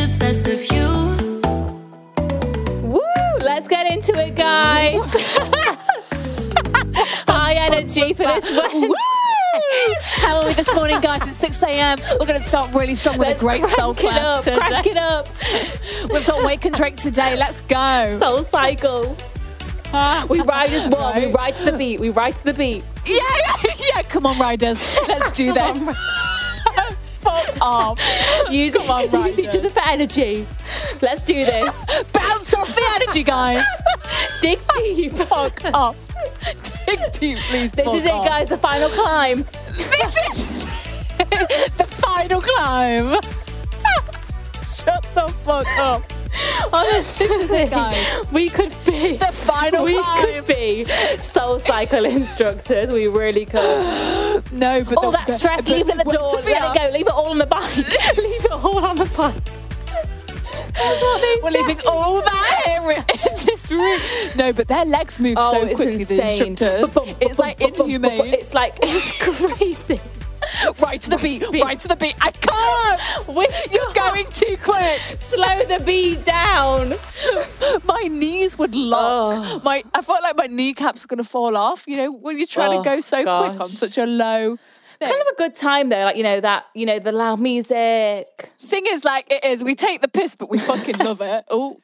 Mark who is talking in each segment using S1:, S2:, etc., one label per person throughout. S1: energy for this one.
S2: How are we this morning, guys? It's 6 a.m. We're going to start really strong with
S1: Let's
S2: a great
S1: crank
S2: soul
S1: it
S2: class
S1: up, Crank
S2: today.
S1: it up.
S2: We've got Wake and Drake today. Let's go.
S1: Soul cycle. We ride as one. We
S2: Right.
S1: ride to the beat. We ride to the beat.
S2: yeah, yeah, yeah. Come on, riders. Let's do
S1: Come
S2: this. Pop up.
S1: Use,
S2: Come on,
S1: use each
S2: riders.
S1: other for energy. Let's do this.
S2: Bounce off the energy, guys.
S1: Dig deep.
S2: Fuck off. Dig deep, please.
S1: This
S2: fuck
S1: is it,
S2: off.
S1: guys. The final climb.
S2: oh This is the final climb. Shut the fuck up.
S1: Honestly,
S2: guys.
S1: we could be.
S2: The final
S1: we
S2: climb.
S1: could be soul cycle instructors. We really could.
S2: No, but
S1: All
S2: the,
S1: Oh, that
S2: the-
S1: stress,
S2: but-
S1: leave it at the
S2: wait,
S1: door.
S2: Sophia,
S1: Let it go. Leave it all on the bike. leave it all on the bike. That's what they
S2: We're
S1: said.
S2: leaving all that here in this room. No, but their legs move
S1: Oh,
S2: so
S1: it's
S2: quickly. The
S1: insane.
S2: instructors.
S1: Ba-bum,
S2: it's like
S1: ba-bum, ba-bum, ba-bum.
S2: inhumane.
S1: It's like it's crazy.
S2: right to the beat.
S1: beat.
S2: Right to the beat. I can't.
S1: We
S2: You're
S1: can't
S2: going too quick.
S1: slow the beat down.
S2: My knees would lock.
S1: Oh.
S2: My I felt like my kneecaps were gonna fall off. You know when you're trying
S1: Oh,
S2: to go so quick on
S1: gosh.
S2: such a low. No.
S1: Kind of a good time though, like you know that you know the loud music.
S2: thing is, like it is, we take the piss, but we fucking love it. Oh,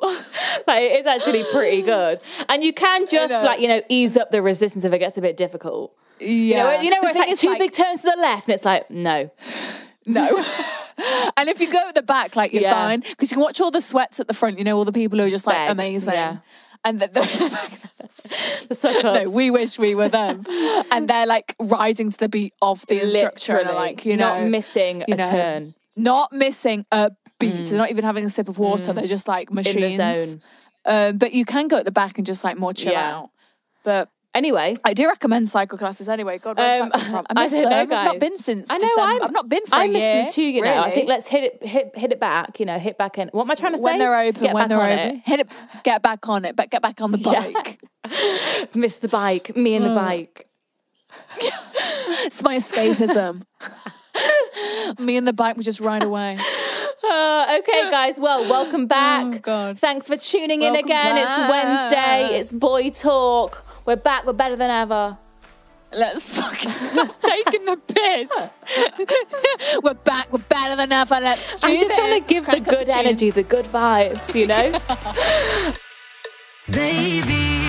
S1: Like it is actually pretty good, and you can just
S2: know.
S1: like you know ease up the resistance if it gets a bit difficult. You know,
S2: yeah.
S1: you know
S2: The
S1: where it's
S2: thing
S1: like
S2: is,
S1: two big turns to the left, and it's like no.
S2: No. and if you go at the back, like you're
S1: Yeah.
S2: fine because you can watch all the sweats at the front. You know, all the people who are just like
S1: Bags,
S2: amazing.
S1: yeah.
S2: And the, the,
S1: The suck
S2: no, we wish we were them. and they're like riding to the beat of the instructor, and are, like you know,
S1: not missing
S2: you
S1: a
S2: know,
S1: turn. Mm.
S2: not missing a beat. They're not even having a sip of water. They're just like machines.
S1: zone.
S2: Um, but you can go at the back and just like more chill
S1: Yeah.
S2: out. But
S1: Anyway,
S2: I do recommend cycle classes anyway. God, where
S1: Um,
S2: did that come from? I
S1: I
S2: missed
S1: don't know,
S2: them. I've not
S1: guys.
S2: been since
S1: I know, I'm-
S2: December. I've not been for
S1: I
S2: a
S1: missed
S2: year.
S1: them too. You know, I
S2: really.
S1: think let's hit it, hit, hit it back. You know, hit back in. What am I trying to say?
S2: when they're open,
S1: Get
S2: when
S1: back
S2: they're
S1: on
S2: open, hit it, get back on it, but get back on the
S1: Yeah.
S2: bike.
S1: it. Miss the bike. Me
S2: Mm.
S1: and the bike.
S2: It's my escapism. Me and the bike would just ride away.
S1: Uh, okay, guys. Well, welcome back.
S2: Oh, God.
S1: Thanks for tuning in
S2: Welcome
S1: again. It's
S2: back.
S1: Wednesday. It's boy talk. We're back. We're better than ever.
S2: Let's fucking stop taking the piss. we're back. We're better than ever. Let's do
S1: I'm just
S2: this.
S1: trying to give the
S2: Crank up
S1: good
S2: tunes.
S1: energy, the good vibes. You know.
S3: Baby.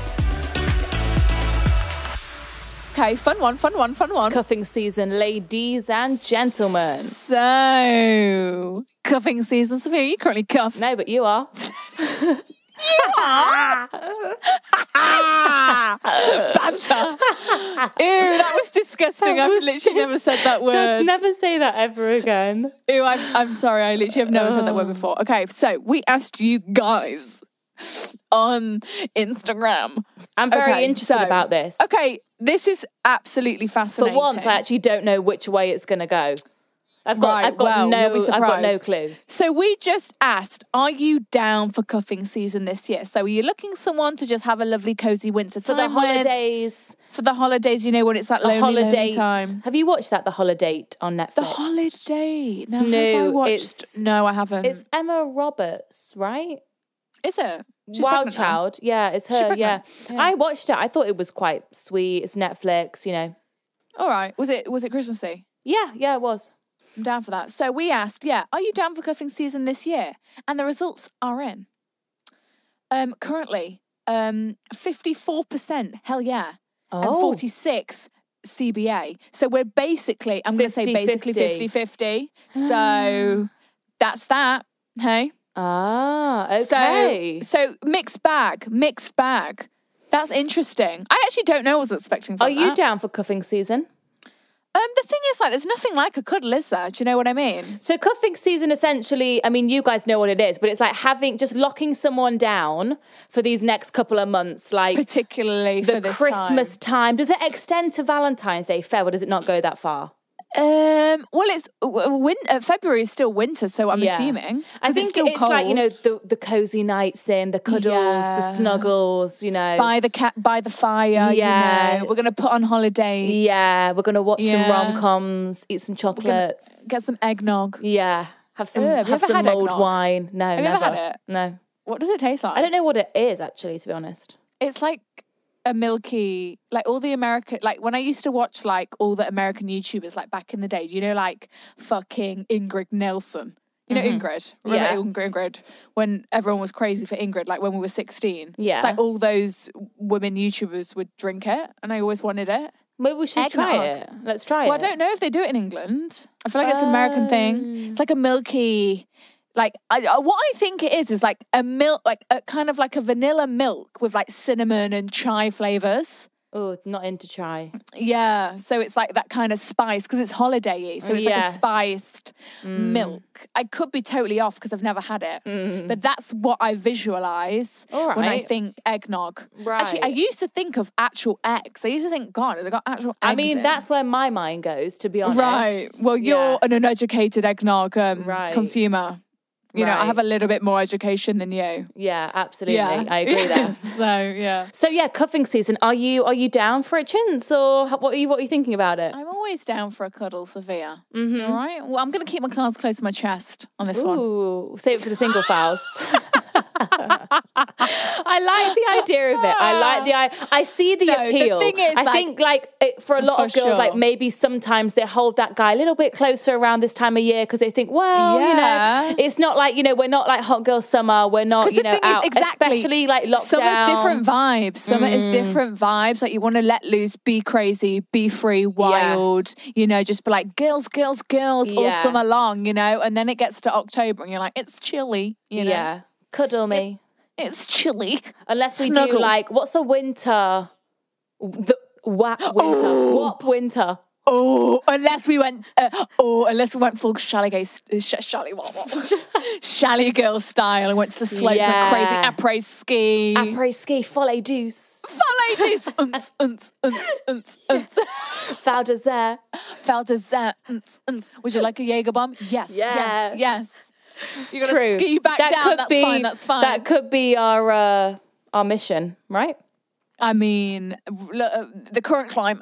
S2: Okay, fun one, fun one, fun one.
S1: Cuffing season, ladies and gentlemen.
S2: So, cuffing season. Sophia, are you currently cuffed?
S1: No, but you are.
S2: Banter. Ew, that was disgusting.
S1: That
S2: I've
S1: was
S2: literally never said that word.
S1: Never say that ever again.
S2: Ew, I'm, I'm sorry. I literally have never said that word before. Okay, so we asked you guys on Instagram.
S1: I'm very
S2: Okay,
S1: interested
S2: so-
S1: about this.
S2: Okay, this is absolally
S1: For
S2: fascinating.
S1: once, I actually don't know which way it's going to go. I've got,
S2: Right,
S1: I've got
S2: well,
S1: no,
S2: you'll be
S1: I've got no
S2: surprised.
S1: clue.
S2: So we just asked, are you down for cuffing season this year? So are you looking someone to just have a lovely cozy winter
S1: For
S2: time
S1: the
S2: with?
S1: holidays,
S2: For the holidays, you know when it's that
S1: the
S2: lonely, lonely
S1: holiday
S2: time.
S1: Have you watched that? The holiday on Netflix.
S2: The holiday. Now, have I
S1: new,
S2: watched?
S1: it's-
S2: No, I haven't.
S1: It's Emma Roberts, right?
S2: is it? She's
S1: Wild
S2: pregnant now.
S1: Child. Yeah, it's her. Yeah.
S2: pregnant? Yeah.
S1: I watched it. I thought it was quite sweet. It's Netflix. You know.
S2: All right. Was it? Was it Christmassy?
S1: Yeah. Yeah. It was.
S2: I'm down for that. So we asked, yeah, are you down for cuffing season this year? And the results are in. Um, currently, um, 54% hell yeah, and
S1: Oh.
S2: 46 CBA. So we're basically, I'm going to say
S1: 50-50.
S2: basically 50 50. So that's that. Hey.
S1: Ah. Okay.
S2: So, so mixed bag, mixed bag. That's interesting. I actually don't know what I was expecting from
S1: Are you
S2: that.
S1: down for cuffing season?
S2: um, the thing is, like, there's nothing like a cuddle, is there? Do you know what I mean?
S1: So cuffing season essentially, I mean, you guys know what it is, but it's like having just locking someone down for these next couple of months, like
S2: Particularly
S1: the
S2: for this time.
S1: Christmas time. Does it extend to Valentine's Day? Fair, or does it not go that far?
S2: Um, well, it's w- w- win- uh, February is still winter, so I'm
S1: Yeah.
S2: assuming.
S1: I
S2: 'Cause
S1: think
S2: it's still cold.
S1: like you know the the cozy nights in the cuddles,
S2: Yeah.
S1: the snuggles. You know,
S2: by the cat, by the fire. Yeah,
S1: Yeah.
S2: we're gonna put on holidays.
S1: yeah, we're gonna watch
S2: Yeah.
S1: some rom coms, eat some chocolates,
S2: get some eggnog.
S1: yeah, have some
S2: Ugh, have you
S1: have
S2: ever
S1: some
S2: had
S1: mulled
S2: eggnog?
S1: wine. No,
S2: you ever
S1: never.
S2: had it?
S1: No,
S2: What does it taste like?
S1: I don't know what it is actually. To be honest,
S2: It's like a milky, like all the American, like when I used to watch like all the American YouTubers, like back in the day. You know, like fucking Ingrid Nelson. You know Ingrid, remember
S1: Mm-hmm. Yeah.
S2: Ingrid, Ingrid? When everyone was crazy for Ingrid, like when we were sixteen.
S1: Yeah.
S2: it's like all those women YouTubers would drink it, and I always wanted it.
S1: maybe we should try
S2: Eggnog.
S1: it. Let's try
S2: Well, I
S1: it.
S2: don't know if they do it in England. I feel like it's an American thing.
S1: Oh.
S2: It's like a milky, like I, I- what I think it is is like a milk, like a kind of like a vanilla milk with like cinnamon and chai flavors.
S1: Oh, not into try.
S2: Yeah, so it's like that kind of spice because it's holidayy. So it's like a
S1: Yes. Mm.
S2: spiced milk. I could be totally off because I've never had it, but that's what I visualize
S1: All
S2: when I
S1: right.
S2: think eggnog. Actually, I
S1: Right.
S2: used to think of actual eggs. I used to think, God, has it got actual eggs?
S1: I mean,
S2: in?
S1: that's where my mind goes. To be honest,
S2: Right. Well, you're
S1: Yeah.
S2: an uneducated eggnog um,
S1: Right.
S2: consumer. You know, I
S1: Right.
S2: have a little bit more education than you.
S1: Yeah, absolutely.
S2: Yeah,
S1: I agree there.
S2: so yeah,
S1: So yeah, cuffing season. Are you are you down for it, Chintz, or h- what are you what are you thinking about it?
S2: I'm always down for a cuddle, Sophia. All right. Well, I'm going to keep my cards close to my chest on this one.
S1: Mm-hmm. Ooh, save it for the single files. I like the idea of it. I like the I. I see the
S2: No, the
S1: appeal.
S2: thing is,
S1: I
S2: like-
S1: think like it, for a lot
S2: For
S1: of girls, like
S2: sure.
S1: maybe sometimes they hold that guy a little bit closer around this time of year because they think, well,
S2: Yeah.
S1: you know, it's not like you know we're not like hot girl summer. We're not
S2: Because
S1: you
S2: the
S1: know
S2: thing
S1: out,
S2: is, exactly.
S1: especially like lockdown. Mm-hmm.
S2: Summer's different vibes. Summer is different vibes. Like you want to let loose, be crazy, be free, wild. You know, just be like girls, girls, girls all
S1: Yeah.
S2: summer long. You know, and then it gets to October, and you're like, it's chilly. You know,
S1: Yeah, cuddle me.
S2: it's chilly.
S1: Unless we
S2: Snuggle.
S1: do like what's a winter? The whap winter. Whop winter.
S2: Oh, unless we went, uh, oh, unless we went full Shally Gay, uh, sh- Shally, what, what, Shally Girl style and went to the slopes,
S1: Yeah.
S2: went crazy, après ski.
S1: Après ski, folle douce.
S2: Follow this, unts, unts, unts, unts, unts.
S1: Val d'Azur.
S2: Felder's, uh, unts, unts. Would you like a Jaeger bomb? Yes,
S1: Yeah.
S2: yes, yes. You're gonna
S1: True.
S2: ski back down. That's fine. That's fine.
S1: That could be our uh, our mission, right?
S2: I mean, look, uh, the current climate.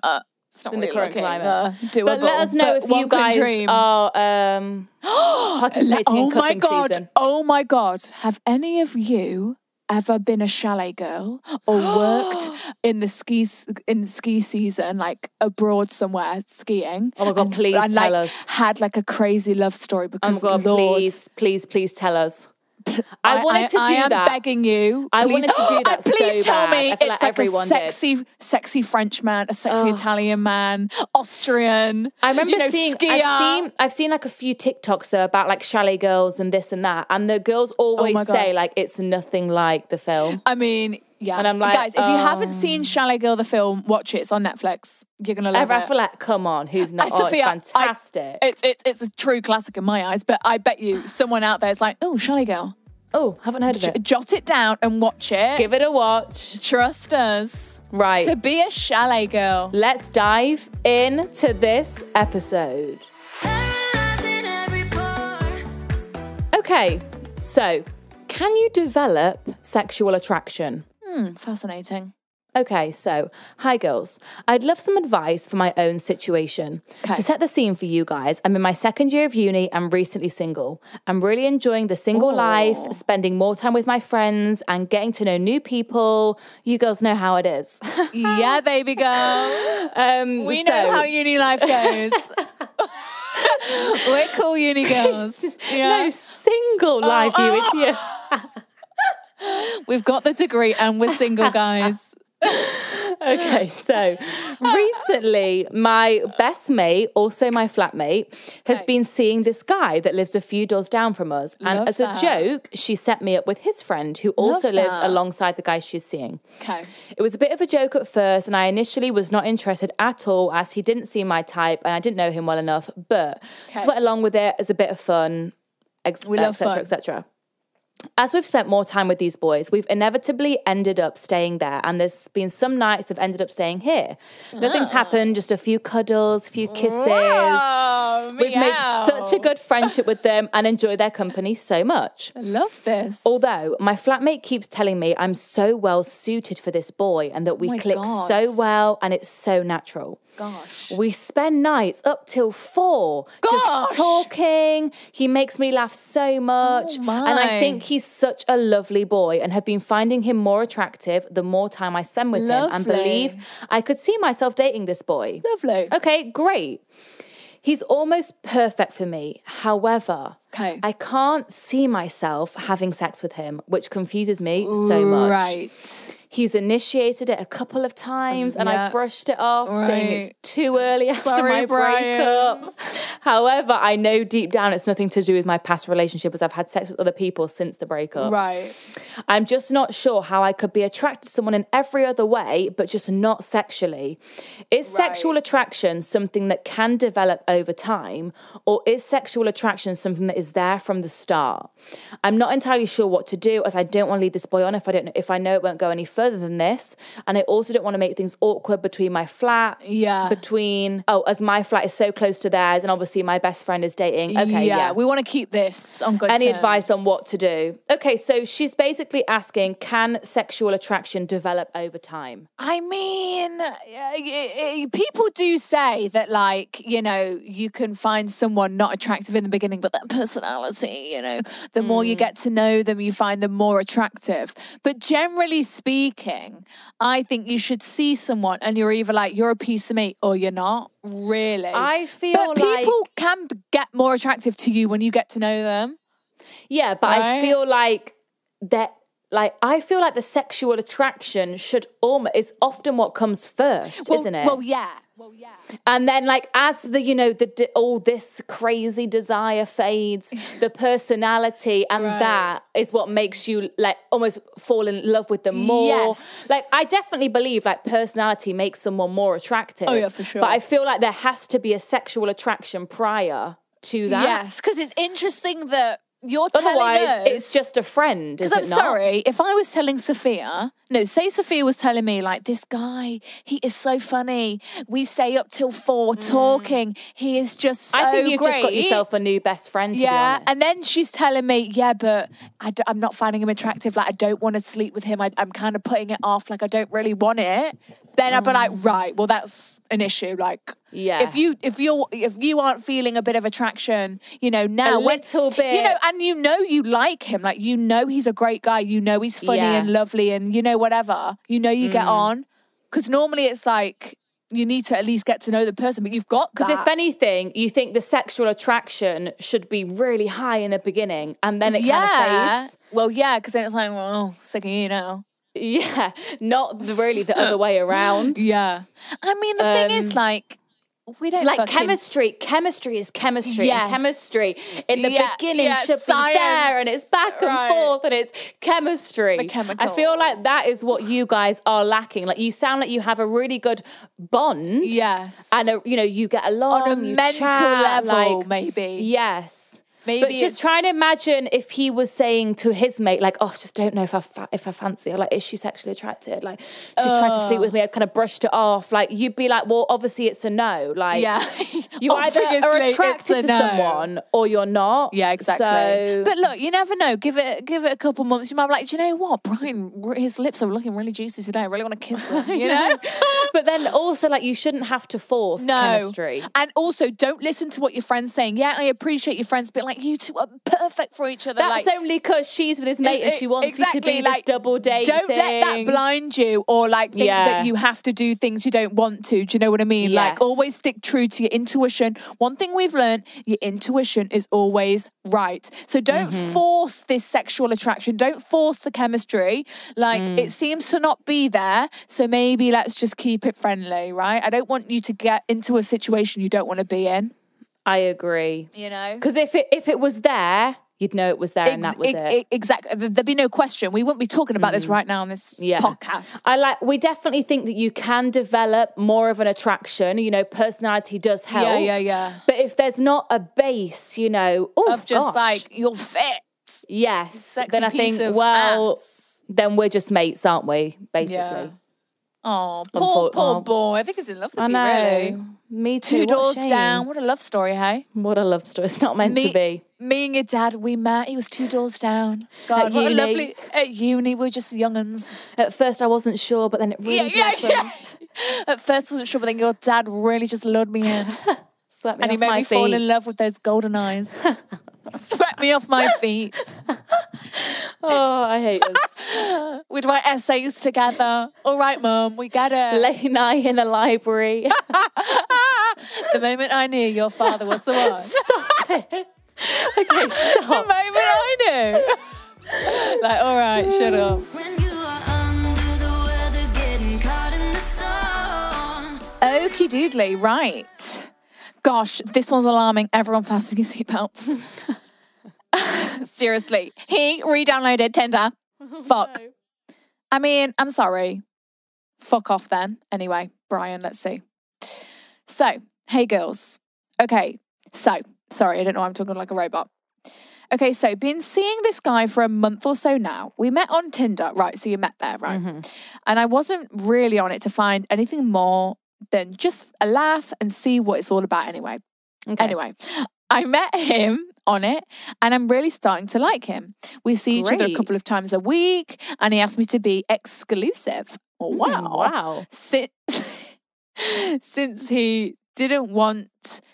S2: It's not
S1: In the
S2: really
S1: current
S2: looking,
S1: climate.
S2: uh, doable.
S1: But let us know
S2: but
S1: if
S2: one
S1: you
S2: can
S1: guys
S2: dream.
S1: are um, participating
S2: oh
S1: in
S2: my
S1: cupping
S2: god!
S1: season.
S2: Oh my god! Have any of you ever been a chalet girl or worked in the ski in the ski season, like abroad somewhere skiing?
S1: Oh my God,
S2: and,
S1: please
S2: and, like,
S1: tell us.
S2: Had like a crazy love story
S1: Oh
S2: because
S1: my god!
S2: Lord,
S1: Please, please, please tell us. I wanted to do
S2: I am
S1: that.
S2: begging you.
S1: I
S2: please-
S1: wanted to do
S2: And
S1: that so
S2: Please tell
S1: bad.
S2: me
S1: I
S2: it's
S1: feel
S2: like,
S1: like everyone
S2: a
S1: did.
S2: sexy, sexy French man, a sexy Italian man, Austrian.
S1: I remember
S2: you know,
S1: seeing.
S2: skier.
S1: I've seen. I've seen like a few TikToks though about like chalet girls and this and that, and the girls always
S2: Oh my God.
S1: say like it's nothing like the film.
S2: I mean, yeah.
S1: And I'm like, um,
S2: guys, if you haven't seen Shallow Girl the film, watch it. It's on Netflix. You're gonna love
S1: I
S2: it.
S1: feel like, come on, who's
S2: Uh,
S1: not? oh, it's
S2: I-
S1: fantastic.
S2: it's it's it's a true classic in my eyes. But I bet you someone out there is like, oh, Shallow Girl,
S1: oh, haven't heard of
S2: J-
S1: it.
S2: jot it down and watch it.
S1: Give it a watch.
S2: Trust us
S1: Right.
S2: to be a Shallow Girl.
S1: Let's dive into this episode.
S4: Paralyzing every pore.
S1: Okay, so can you develop sexual attraction?
S2: Hmm, fascinating.
S1: Okay, so, hi girls. I'd love some advice for my own situation.
S2: Okay.
S1: To set the scene for you guys, I'm in my second year of uni and recently single. I'm really enjoying the single life, spending more time with my friends, and getting to know new people. You girls know how it is.
S2: yeah, baby girl.
S1: Um,
S2: We know
S1: so-
S2: how uni life goes. We're cool uni girls. Yeah.
S1: No single life,
S2: oh,
S1: you idiot.
S2: We've got the degree and we're single, guys.
S1: Okay, so recently, my best mate, also my flatmate, has
S2: Okay.
S1: been seeing this guy that lives a few doors down from us. And
S2: Love
S1: as
S2: that.
S1: a joke, she set me up with his friend who also lives
S2: that.
S1: alongside the guy she's seeing.
S2: Okay.
S1: It was a bit of a joke at first, and I initially was not interested at all as he didn't seem my type and I didn't know him well enough, but
S2: Okay.
S1: just went along with it as a bit of fun, ex-
S2: We love
S1: et cetera,
S2: fun.
S1: et cetera. As we've spent more time with these boys, we've inevitably ended up staying there, and there's been some nights they've ended up staying here. Nothing's
S2: Ah.
S1: happened, just a few cuddles, few kisses.
S2: Oh,
S1: We've made such a good friendship with them and enjoy their company so much.
S2: I love this.
S1: Although my flatmate keeps telling me I'm so well suited for this boy and that we
S2: Oh my
S1: click
S2: God.
S1: so well and it's so natural.
S2: Gosh.
S1: We spend nights up till four
S2: Gosh.
S1: just talking. He makes me laugh so much.
S2: Oh, my.
S1: And I think he's such a lovely boy and have been finding him more attractive the more time I spend with him and
S2: Lovely.
S1: believe I could see myself dating this boy.
S2: Lovely.
S1: Okay, great. He's almost perfect for me. However,
S2: Okay.
S1: I can't see myself having sex with him, which confuses me so much.
S2: Right.
S1: He's initiated it a couple of times and
S2: Yeah.
S1: I brushed it off, saying
S2: Right.
S1: it's too early after
S2: Sorry,
S1: my
S2: Brian.
S1: breakup. However, I know deep down it's nothing to do with my past relationship as I've had sex with other people since the breakup.
S2: Right.
S1: I'm just not sure how I could be attracted to someone in every other way, but just not sexually. Is sexual
S2: Right.
S1: attraction something that can develop over time, or is sexual attraction something that is there from the start? I'm not entirely sure what to do, as I don't want to lead this boy on if I don't if I know it won't go any further than this, and I also don't want to make things awkward between my flat.
S2: Yeah.
S1: Between oh, as my flat is so close to theirs, and obviously my best friend is dating. Okay,
S2: yeah,
S1: yeah,
S2: we want to keep this on good
S1: any
S2: terms.
S1: advice on what to do? Okay, so she's basically asking can sexual attraction develop over time?
S2: I mean, uh, y- y- people do say that, like, you know, you can find someone not attractive in the beginning, but their personality, you know, the more
S1: Mm.
S2: you get to know them, you find them more attractive. But generally speaking, I think you should see someone and you're either like, you're a piece of meat or you're not, really.
S1: I feel
S2: but people
S1: like
S2: can b- get more attractive to you when you get to know them.
S1: yeah, but
S2: Right?
S1: I feel like that like I feel like the sexual attraction should almost is often what comes first,
S2: Well,
S1: isn't it?
S2: Well, yeah. Well, yeah.
S1: and then like as the you know the de- all this crazy desire fades, the personality and
S2: Right.
S1: that is what makes you like almost fall in love with them more.
S2: Yes.
S1: Like I definitely believe like personality makes someone more attractive.
S2: Oh, yeah, for sure.
S1: But I feel like there has to be a sexual attraction prior to that.
S2: Yes, because it's interesting that you're telling
S1: Otherwise,
S2: us.
S1: it's just a friend, is
S2: Because I'm
S1: it not?
S2: sorry, if I was telling Sophia, no, say Sophia was telling me, like, this guy, he is so funny. We stay up till four talking. He is just so
S1: Mm. I think you've just got
S2: Oh, great."
S1: yourself a new best friend. To
S2: Yeah.
S1: be honest.
S2: And then she's telling me, yeah, but I d- I'm not finding him attractive. Like, I don't want to sleep with him. I, I'm kind of putting it off. Like, I don't really want it. Then I'd be like, right, well, that's an issue. Like,
S1: Mm. Yeah.
S2: If you if you are if you aren't feeling a bit of attraction, you know now
S1: A
S2: when-
S1: little
S2: you know,
S1: bit.
S2: and you know you like him, like you know he's a great guy, you know he's funny
S1: Yeah. Mm.
S2: and lovely, and you know whatever, you know you get on, because normally it's like you need to at least get to know the person, but you've got
S1: Because if
S2: that.
S1: anything, you think the sexual attraction should be really high in the beginning, and then it
S2: yeah.
S1: kind of fades.
S2: Well, yeah, because then it's like, well, sick of you now.
S1: Yeah, not the- really the other way around.
S2: Yeah. I mean, the thing is,
S1: Um,
S2: like, we don't
S1: Like
S2: fucking-
S1: chemistry, chemistry is chemistry.
S2: Yes.
S1: And chemistry in the
S2: Yeah,
S1: beginning
S2: yeah,
S1: should
S2: science.
S1: be there, and it's back and
S2: Right.
S1: forth, and it's chemistry.
S2: The
S1: I feel
S2: chemicals.
S1: like that is what you guys are lacking. Like you sound like you have a really good bond.
S2: Yes.
S1: and a, you know you get along
S2: On a
S1: you
S2: mental
S1: um, chat,
S2: level,
S1: like-
S2: maybe.
S1: Yes. but
S2: Maybe
S1: just
S2: it's-
S1: try and imagine if he was saying to his mate, like, "Oh, I just don't know if I fa- if I fancy her. Like, is she sexually attracted? Like, she's trying to sleep with me. I kind of brushed it off. Like, you'd be like, well, obviously it's a no. Like,
S2: Yeah.
S1: you either are
S2: Obviously, it's
S1: attracted
S2: a
S1: to
S2: no.
S1: someone or you're not.
S2: Yeah, exactly.
S1: So,
S2: But look, you never know. Give it, give it a couple months. You might be like, do you know what, Brian? r- His lips are looking really juicy today. I really want to kiss them. You know.
S1: but then also like you shouldn't have to force
S2: No.
S1: chemistry.
S2: And also, don't listen to what your friend's saying. Yeah, I appreciate your friends, but like, you two are perfect for each other.
S1: That's
S2: like,
S1: only because she's with his mate and
S2: Ex-
S1: she wants you to be this double date.
S2: Don't let that
S1: thing.
S2: blind you or like think
S1: Yeah.
S2: that you have to do things you don't want to. Do you know what I mean? Like
S1: Yes.
S2: always stick true to your intuition. One thing we've learned, your intuition is always right. So don't
S1: Mm-hmm.
S2: force this sexual attraction. Don't force the chemistry. Like
S1: Mm.
S2: it seems to not be there. So maybe let's just keep it friendly, right? I don't want you to get into a situation you don't want to be in.
S1: I agree.
S2: You know?
S1: Because if it if it was there, you'd know it was there, and
S2: Ex-
S1: that was
S2: e-
S1: it. Mm.
S2: e- Exactly. There'd be no question. We wouldn't be talking about this right now on this
S1: yeah.
S2: podcast.
S1: I like. We definitely think that you can develop more of an attraction. You know, personality does help.
S2: Yeah, yeah, yeah.
S1: But if there's not a base, you know, oh,
S2: Of just like you're fit.
S1: yes,
S2: Sexy
S1: then I
S2: piece
S1: think
S2: of
S1: well,
S2: ass.
S1: then we're just mates, aren't we? Basically,
S2: Yeah. Oh,
S1: Unfor-
S2: poor, poor
S1: oh.
S2: boy. I think he's in love with
S1: I
S2: you,
S1: know.
S2: really.
S1: Me too.
S2: Two
S1: what a
S2: doors
S1: shame.
S2: down. What a love story, hey?
S1: What a love story. It's not meant to be.
S2: Me and your dad, we met. He was two doors down. God,
S1: At
S2: what
S1: uni.
S2: a lovely at uni. We were just younguns.
S1: At first, I wasn't sure, but then it really blossomed.
S2: At first, I wasn't sure, but then your dad really just lured me in,
S1: swept me
S2: and he
S1: off
S2: made
S1: my
S2: me
S1: feet.
S2: fall in love with those golden eyes. Swept me off my feet.
S1: Oh, I hate this.
S2: We'd write essays together. All right, mum, we get it.
S1: Late night in a library.
S2: the moment I knew your father was the one.
S1: Stop it. Okay,
S2: the
S1: stop.
S2: moment I knew. like, all right, shut up.
S3: When you are under the weather, getting caught in the storm.
S2: Okie doodly, right. Gosh, this one's alarming. Everyone fasten your seatbelts. Seriously. He re downloaded Tinder. Fuck. I mean, I'm sorry. Fuck off then. Anyway, Brian, let's see. So, hey girls. Okay, so, sorry, I don't know why I'm talking like a robot. Okay, so been seeing this guy for a month or so now. We met on Tinder, right? So you met there, right?
S1: Mm-hmm.
S2: And I wasn't really on it to find anything more than just a laugh and see what it's all about anyway.
S1: Okay.
S2: Anyway, I met him on it and I'm really starting to like him. We see each other a
S1: Great.
S2: couple of times a week and he asked me to be exclusive. Oh, wow.
S1: Wow.
S2: Since, since he didn't want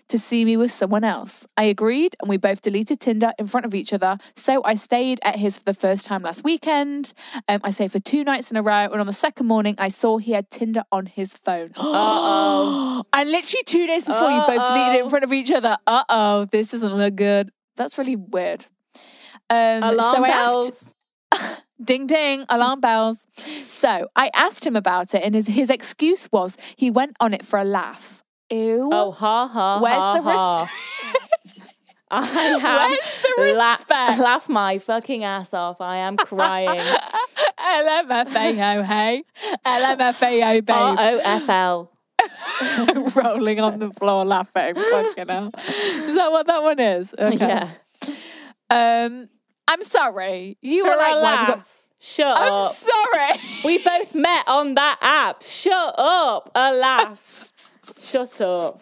S2: to see me with someone else, I agreed and we both deleted Tinder in front of each other. So I stayed at his for the first time last weekend. Um, I stayed for two nights in a row. And on the second morning, I saw he had Tinder on his phone.
S1: Uh-oh.
S2: And literally two days before, you both deleted it in
S1: Uh-oh.
S2: front of each other. Uh oh, this doesn't look good. That's really weird. Um,
S1: Alarm
S2: so I
S1: bells.
S2: asked, ding ding, alarm bells. So I asked him about it, and his, his excuse was he went on it for a laugh. Ew.
S1: Oh, ha ha.
S2: Where's
S1: ha,
S2: the
S1: ha.
S2: res-
S1: I have
S2: Where's the
S1: la-
S2: respect?
S1: laugh my fucking ass off. I am crying.
S2: LMFAO, hey. LMFAO, babe.
S1: R O F L.
S2: rolling on the floor laughing. Fucking hell. Is that what that one is? Okay.
S1: Yeah.
S2: Um, I'm sorry. You
S1: For
S2: were
S1: a
S2: like, why have
S1: laugh. Uh,
S2: you got-
S1: Shut
S2: I'm
S1: up.
S2: sorry.
S1: we both met on that app. Shut up. A laugh. Shut up.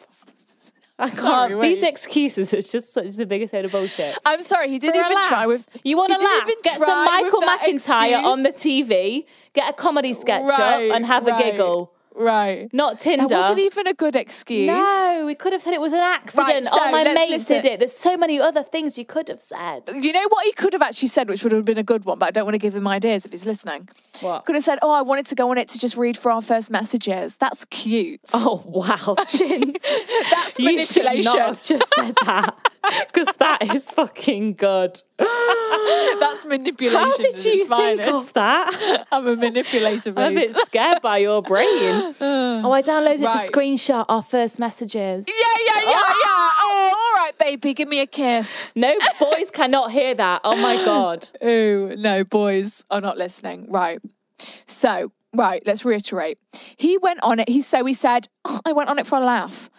S1: I can't.
S2: Sorry, wait.
S1: these excuses, it's just such the biggest load of bullshit.
S2: I'm sorry. He
S1: For
S2: didn't
S1: a
S2: even
S1: laugh.
S2: try with.
S1: you want to
S2: he didn't
S1: laugh?
S2: even
S1: Get some
S2: try with
S1: Michael
S2: that
S1: McIntyre on the
S2: excuse.
S1: TV. Get a comedy sketch
S2: Right,
S1: up and have
S2: right.
S1: a giggle.
S2: Right.
S1: Not Tinder.
S2: That wasn't even a good excuse.
S1: No, we could have said it was an accident.
S2: so
S1: oh, my
S2: let's
S1: mate
S2: listen.
S1: did it. There's so many other things you could have said.
S2: You know what he could have actually said, which would have been a good one, but I don't want to give him ideas if he's listening.
S1: What?
S2: Could have said, Oh, I wanted to go on it to just read for our first messages. That's cute.
S1: Oh wow, chins.
S2: That's
S1: you should not
S2: manipulation.
S1: have just said that because that is fucking good.
S2: That's manipulation.
S1: How
S2: at
S1: did
S2: its
S1: you think
S2: finest.
S1: of that?
S2: I'm a manipulator.
S1: I'm a
S2: babe.
S1: bit scared by your brain. oh, I downloaded
S2: Right.
S1: a screenshot our first messages.
S2: Yeah, yeah, yeah, yeah. Oh, all right, baby, give me a kiss.
S1: No boys cannot hear that. Oh my god.
S2: Ooh, no, boys are not listening. Right. So, right, let's reiterate. He went on it. He so he said, "Oh, I went on it for a laugh.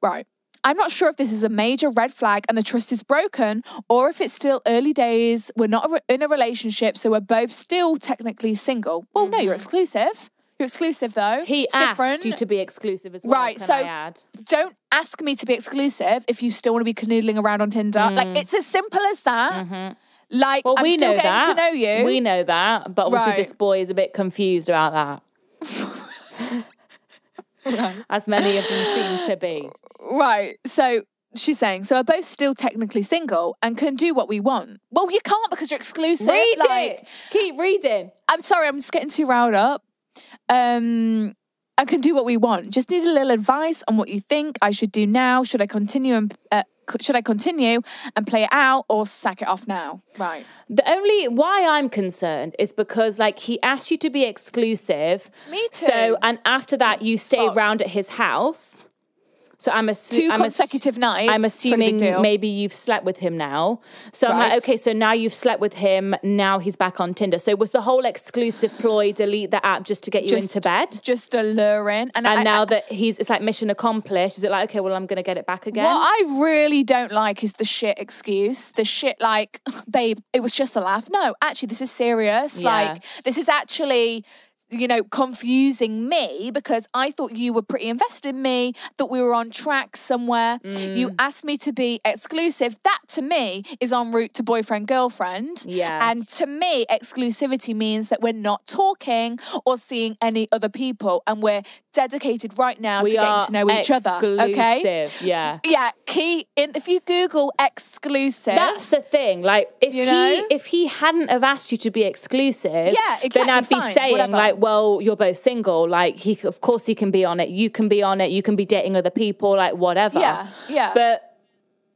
S2: Right. I'm not sure if this is a major red flag and the trust is broken, or if it's still early days. We're not re- in a relationship, so we're both still technically single. Well, no, you're exclusive. You're exclusive though.
S1: Mm-hmm. He
S2: It's
S1: asked
S2: different.
S1: you to be exclusive as well.
S2: Right,
S1: Can
S2: so-
S1: I add?
S2: don't ask me to be exclusive if you still want to be canoodling around on Tinder. Like it's as simple as that. Like
S1: Mm. Mm-hmm. Well,
S2: I'm
S1: we
S2: still
S1: know
S2: getting
S1: that.
S2: to know you.
S1: We know that, but obviously
S2: Right.
S1: this boy is a bit confused about that. As many of them seem to be.
S2: Right. So she's saying, so we're both still technically single and can do what we want. Well, you can't because you're exclusive.
S1: Read
S2: like,
S1: it. Keep reading.
S2: I'm sorry, I'm just getting too riled up. Um, I can do what we want. Just need a little advice on what you think I should do now. Should I continue and uh, c- should I continue and play it out or sack it off now? Right.
S1: The only why I'm concerned is because like he asked you to be exclusive.
S2: Me too.
S1: So and after that you stay
S2: Fuck.
S1: round at his house. So I'm, assu-
S2: 2
S1: I'm ass-
S2: consecutive nights.
S1: I'm
S2: pretty big
S1: assuming
S2: deal.
S1: maybe you've slept with him now. So I'm
S2: Right.
S1: like, okay, so now you've slept with him. Now he's back on Tinder. So was the whole exclusive ploy delete the app just to get you
S2: Just-
S1: into bed?
S2: just alluring. And,
S1: And
S2: I,
S1: now
S2: I-
S1: that he's, it's like mission accomplished. Is it like, okay, well, I'm going to get it back again?
S2: What I really don't like is the shit excuse. The shit like, babe, it was just a laugh. No, actually, this is serious.
S1: Yeah.
S2: Like, this is actually. You know, confusing me because I thought you were pretty invested in me, that we were on track somewhere.
S1: Mm.
S2: You asked me to be exclusive. That to me is en route to boyfriend, girlfriend.
S1: Yeah.
S2: And to me, exclusivity means that we're not talking or seeing any other people and we're dedicated right now
S1: we
S2: to getting
S1: are
S2: to know each other. Okay.
S1: exclusive, Yeah.
S2: Yeah, key. In, if you Google exclusive,
S1: That's the thing. Like if
S2: You know?
S1: he if he hadn't have asked you to be exclusive,
S2: Yeah,
S1: then
S2: exactly,
S1: I'd be
S2: fine,
S1: saying
S2: whatever.
S1: like, well, you're both single. Like he, c- of course, he can be on it. You can be on it. You can be dating other people. Like whatever.
S2: Yeah, yeah.
S1: But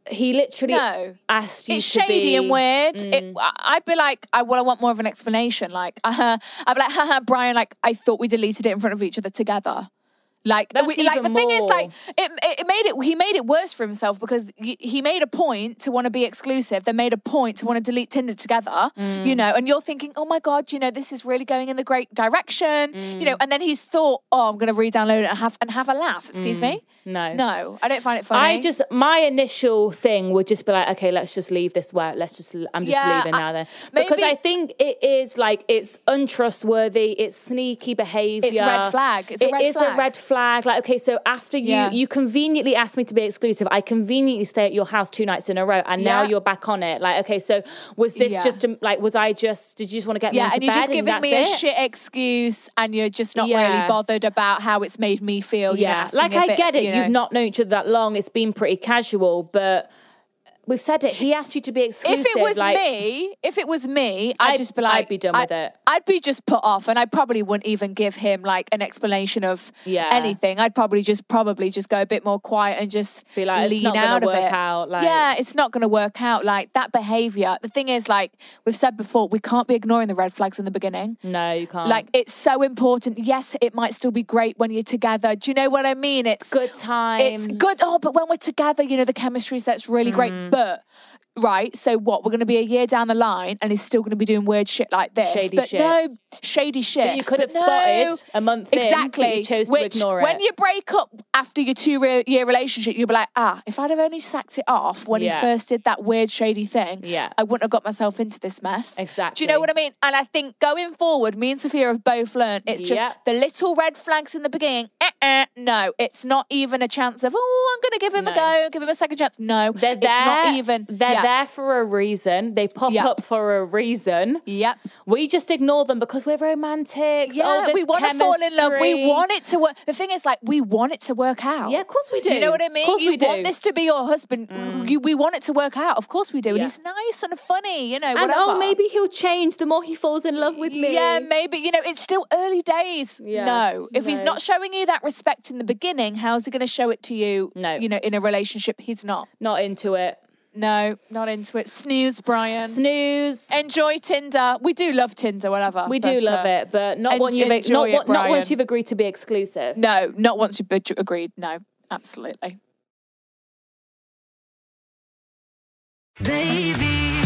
S1: he literally
S2: No.
S1: asked you.
S2: it's
S1: to be-
S2: shady
S1: Mm.
S2: and weird. It, I- I'd be like, I well, I want more of an explanation. Like, uh, I'd be like, haha, Brian. Like, I thought we deleted it in front of each other together. Like,
S1: That's
S2: we, like the
S1: even
S2: thing is,
S1: more.
S2: like, it, it it made it. He made it worse for himself because y- he made a point to want to be exclusive. They made a point to want to delete Tinder together.
S1: Mm.
S2: You know, and you're thinking, oh my god, you know, this is really going in the great direction. You
S1: Mm.
S2: know, and then he's thought, oh, I'm going to re-download it and have and have a laugh. Excuse me.
S1: Mm. No.
S2: No, I don't find it funny.
S1: I just my initial thing would just be like, okay, let's just leave this work. Let's just I'm just
S2: Yeah,
S1: leaving
S2: I-
S1: now then
S2: maybe-
S1: because I think it is like it's untrustworthy, it's sneaky behavior.
S2: red flag. It's a
S1: It
S2: red
S1: is
S2: flag.
S1: red flag. Like okay, so after you
S2: Yeah.
S1: you conveniently asked me to be exclusive, I conveniently stay at your house two nights in a row, and now
S2: Yeah.
S1: you're back on it. Like okay, so was this
S2: Yeah.
S1: just a, like was I just did you just want to get
S2: Yeah,
S1: me into
S2: and you're
S1: bed
S2: just giving
S1: and
S2: me a
S1: that's it?
S2: shit excuse, and you're just not
S1: Yeah.
S2: really bothered about how it's made me feel. you know,
S1: Yeah,
S2: asking
S1: like
S2: if
S1: I get it.
S2: you
S1: You
S2: know.
S1: have not known each other that long. It's been pretty casual, but we've said it. He asked you to be exclusive.
S2: If it was
S1: like,
S2: me, if it was me, I'd,
S1: I'd-
S2: just be like,
S1: I'd be done with it.
S2: I'd be just put off, and I probably wouldn't even give him like an explanation of
S1: Yeah.
S2: anything. I'd probably just probably just go a bit more quiet and just
S1: Be like, "It's
S2: lean
S1: not gonna
S2: out of
S1: work
S2: it.
S1: out, like-
S2: yeah, it's not going to work out. Like that behavior. The thing is, like we've said before, we can't be ignoring the red flags in the beginning.
S1: no, you can't.
S2: Like it's so important. Yes, it might still be great when you're together. Do you know what I mean? It's
S1: good
S2: It's
S1: times. Mm-hmm.
S2: good. Oh, but when we're together, you know the chemistry that's really great. But right, so what? We're going to be a year down the line, and he's still going to be doing weird shit like this.
S1: Shady
S2: but
S1: shit.
S2: no shady shit.
S1: you could have
S2: But
S1: spotted a month in, but you
S2: Exactly.
S1: chose to
S2: Which,
S1: ignore
S2: When
S1: it.
S2: you break up after your two-year relationship, you'll be like, ah, if I'd have only sacked it off when
S1: Yeah.
S2: he first did that weird shady thing,
S1: Yeah.
S2: I wouldn't have got myself into this mess. Do you
S1: Exactly.
S2: know what I mean? And I think going forward, me and Sophia have both learned it's just
S1: Yep.
S2: the little red flags in the beginning. Uh-uh, no, it's not even a chance of, oh, I'm going to give him
S1: No.
S2: a go, give him a second chance. No,
S1: They're there.
S2: it's not even.
S1: They're
S2: yeah.
S1: there for a reason. They pop
S2: Yeah.
S1: up for a reason.
S2: Yep.
S1: We just ignore them because we're romantics.
S2: Yeah,
S1: oh, this
S2: we want to fall in love. We
S1: chemistry.
S2: want it to work. The thing is, like, we want it to work out.
S1: Yeah, of course we do.
S2: You know what I
S1: Of
S2: mean?
S1: course
S2: you
S1: we do. Mm.
S2: want this to be your husband. You, we want it to work out. Of course we do. And
S1: Yeah.
S2: he's nice and funny, you know,
S1: And
S2: whatever.
S1: oh, maybe he'll change the more he falls in love with me.
S2: Yeah, maybe. You know, it's still early days.
S1: Yeah.
S2: No. If he's
S1: No.
S2: not showing you that respect in the beginning, how's he going to show it to you,
S1: No.
S2: you know, in a relationship? He's not.
S1: Not into it.
S2: No, not into it. Snooze, Brian.
S1: Snooze.
S2: Enjoy Tinder. We do love Tinder, whatever.
S1: We do
S2: but,
S1: love
S2: uh,
S1: it, but not
S2: and
S1: once
S2: you
S1: you've not,
S2: enjoy it,
S1: what- not once
S2: Brian.
S1: you've agreed to be exclusive.
S2: No, not once you've been- agreed. No, absolutely.
S3: Baby,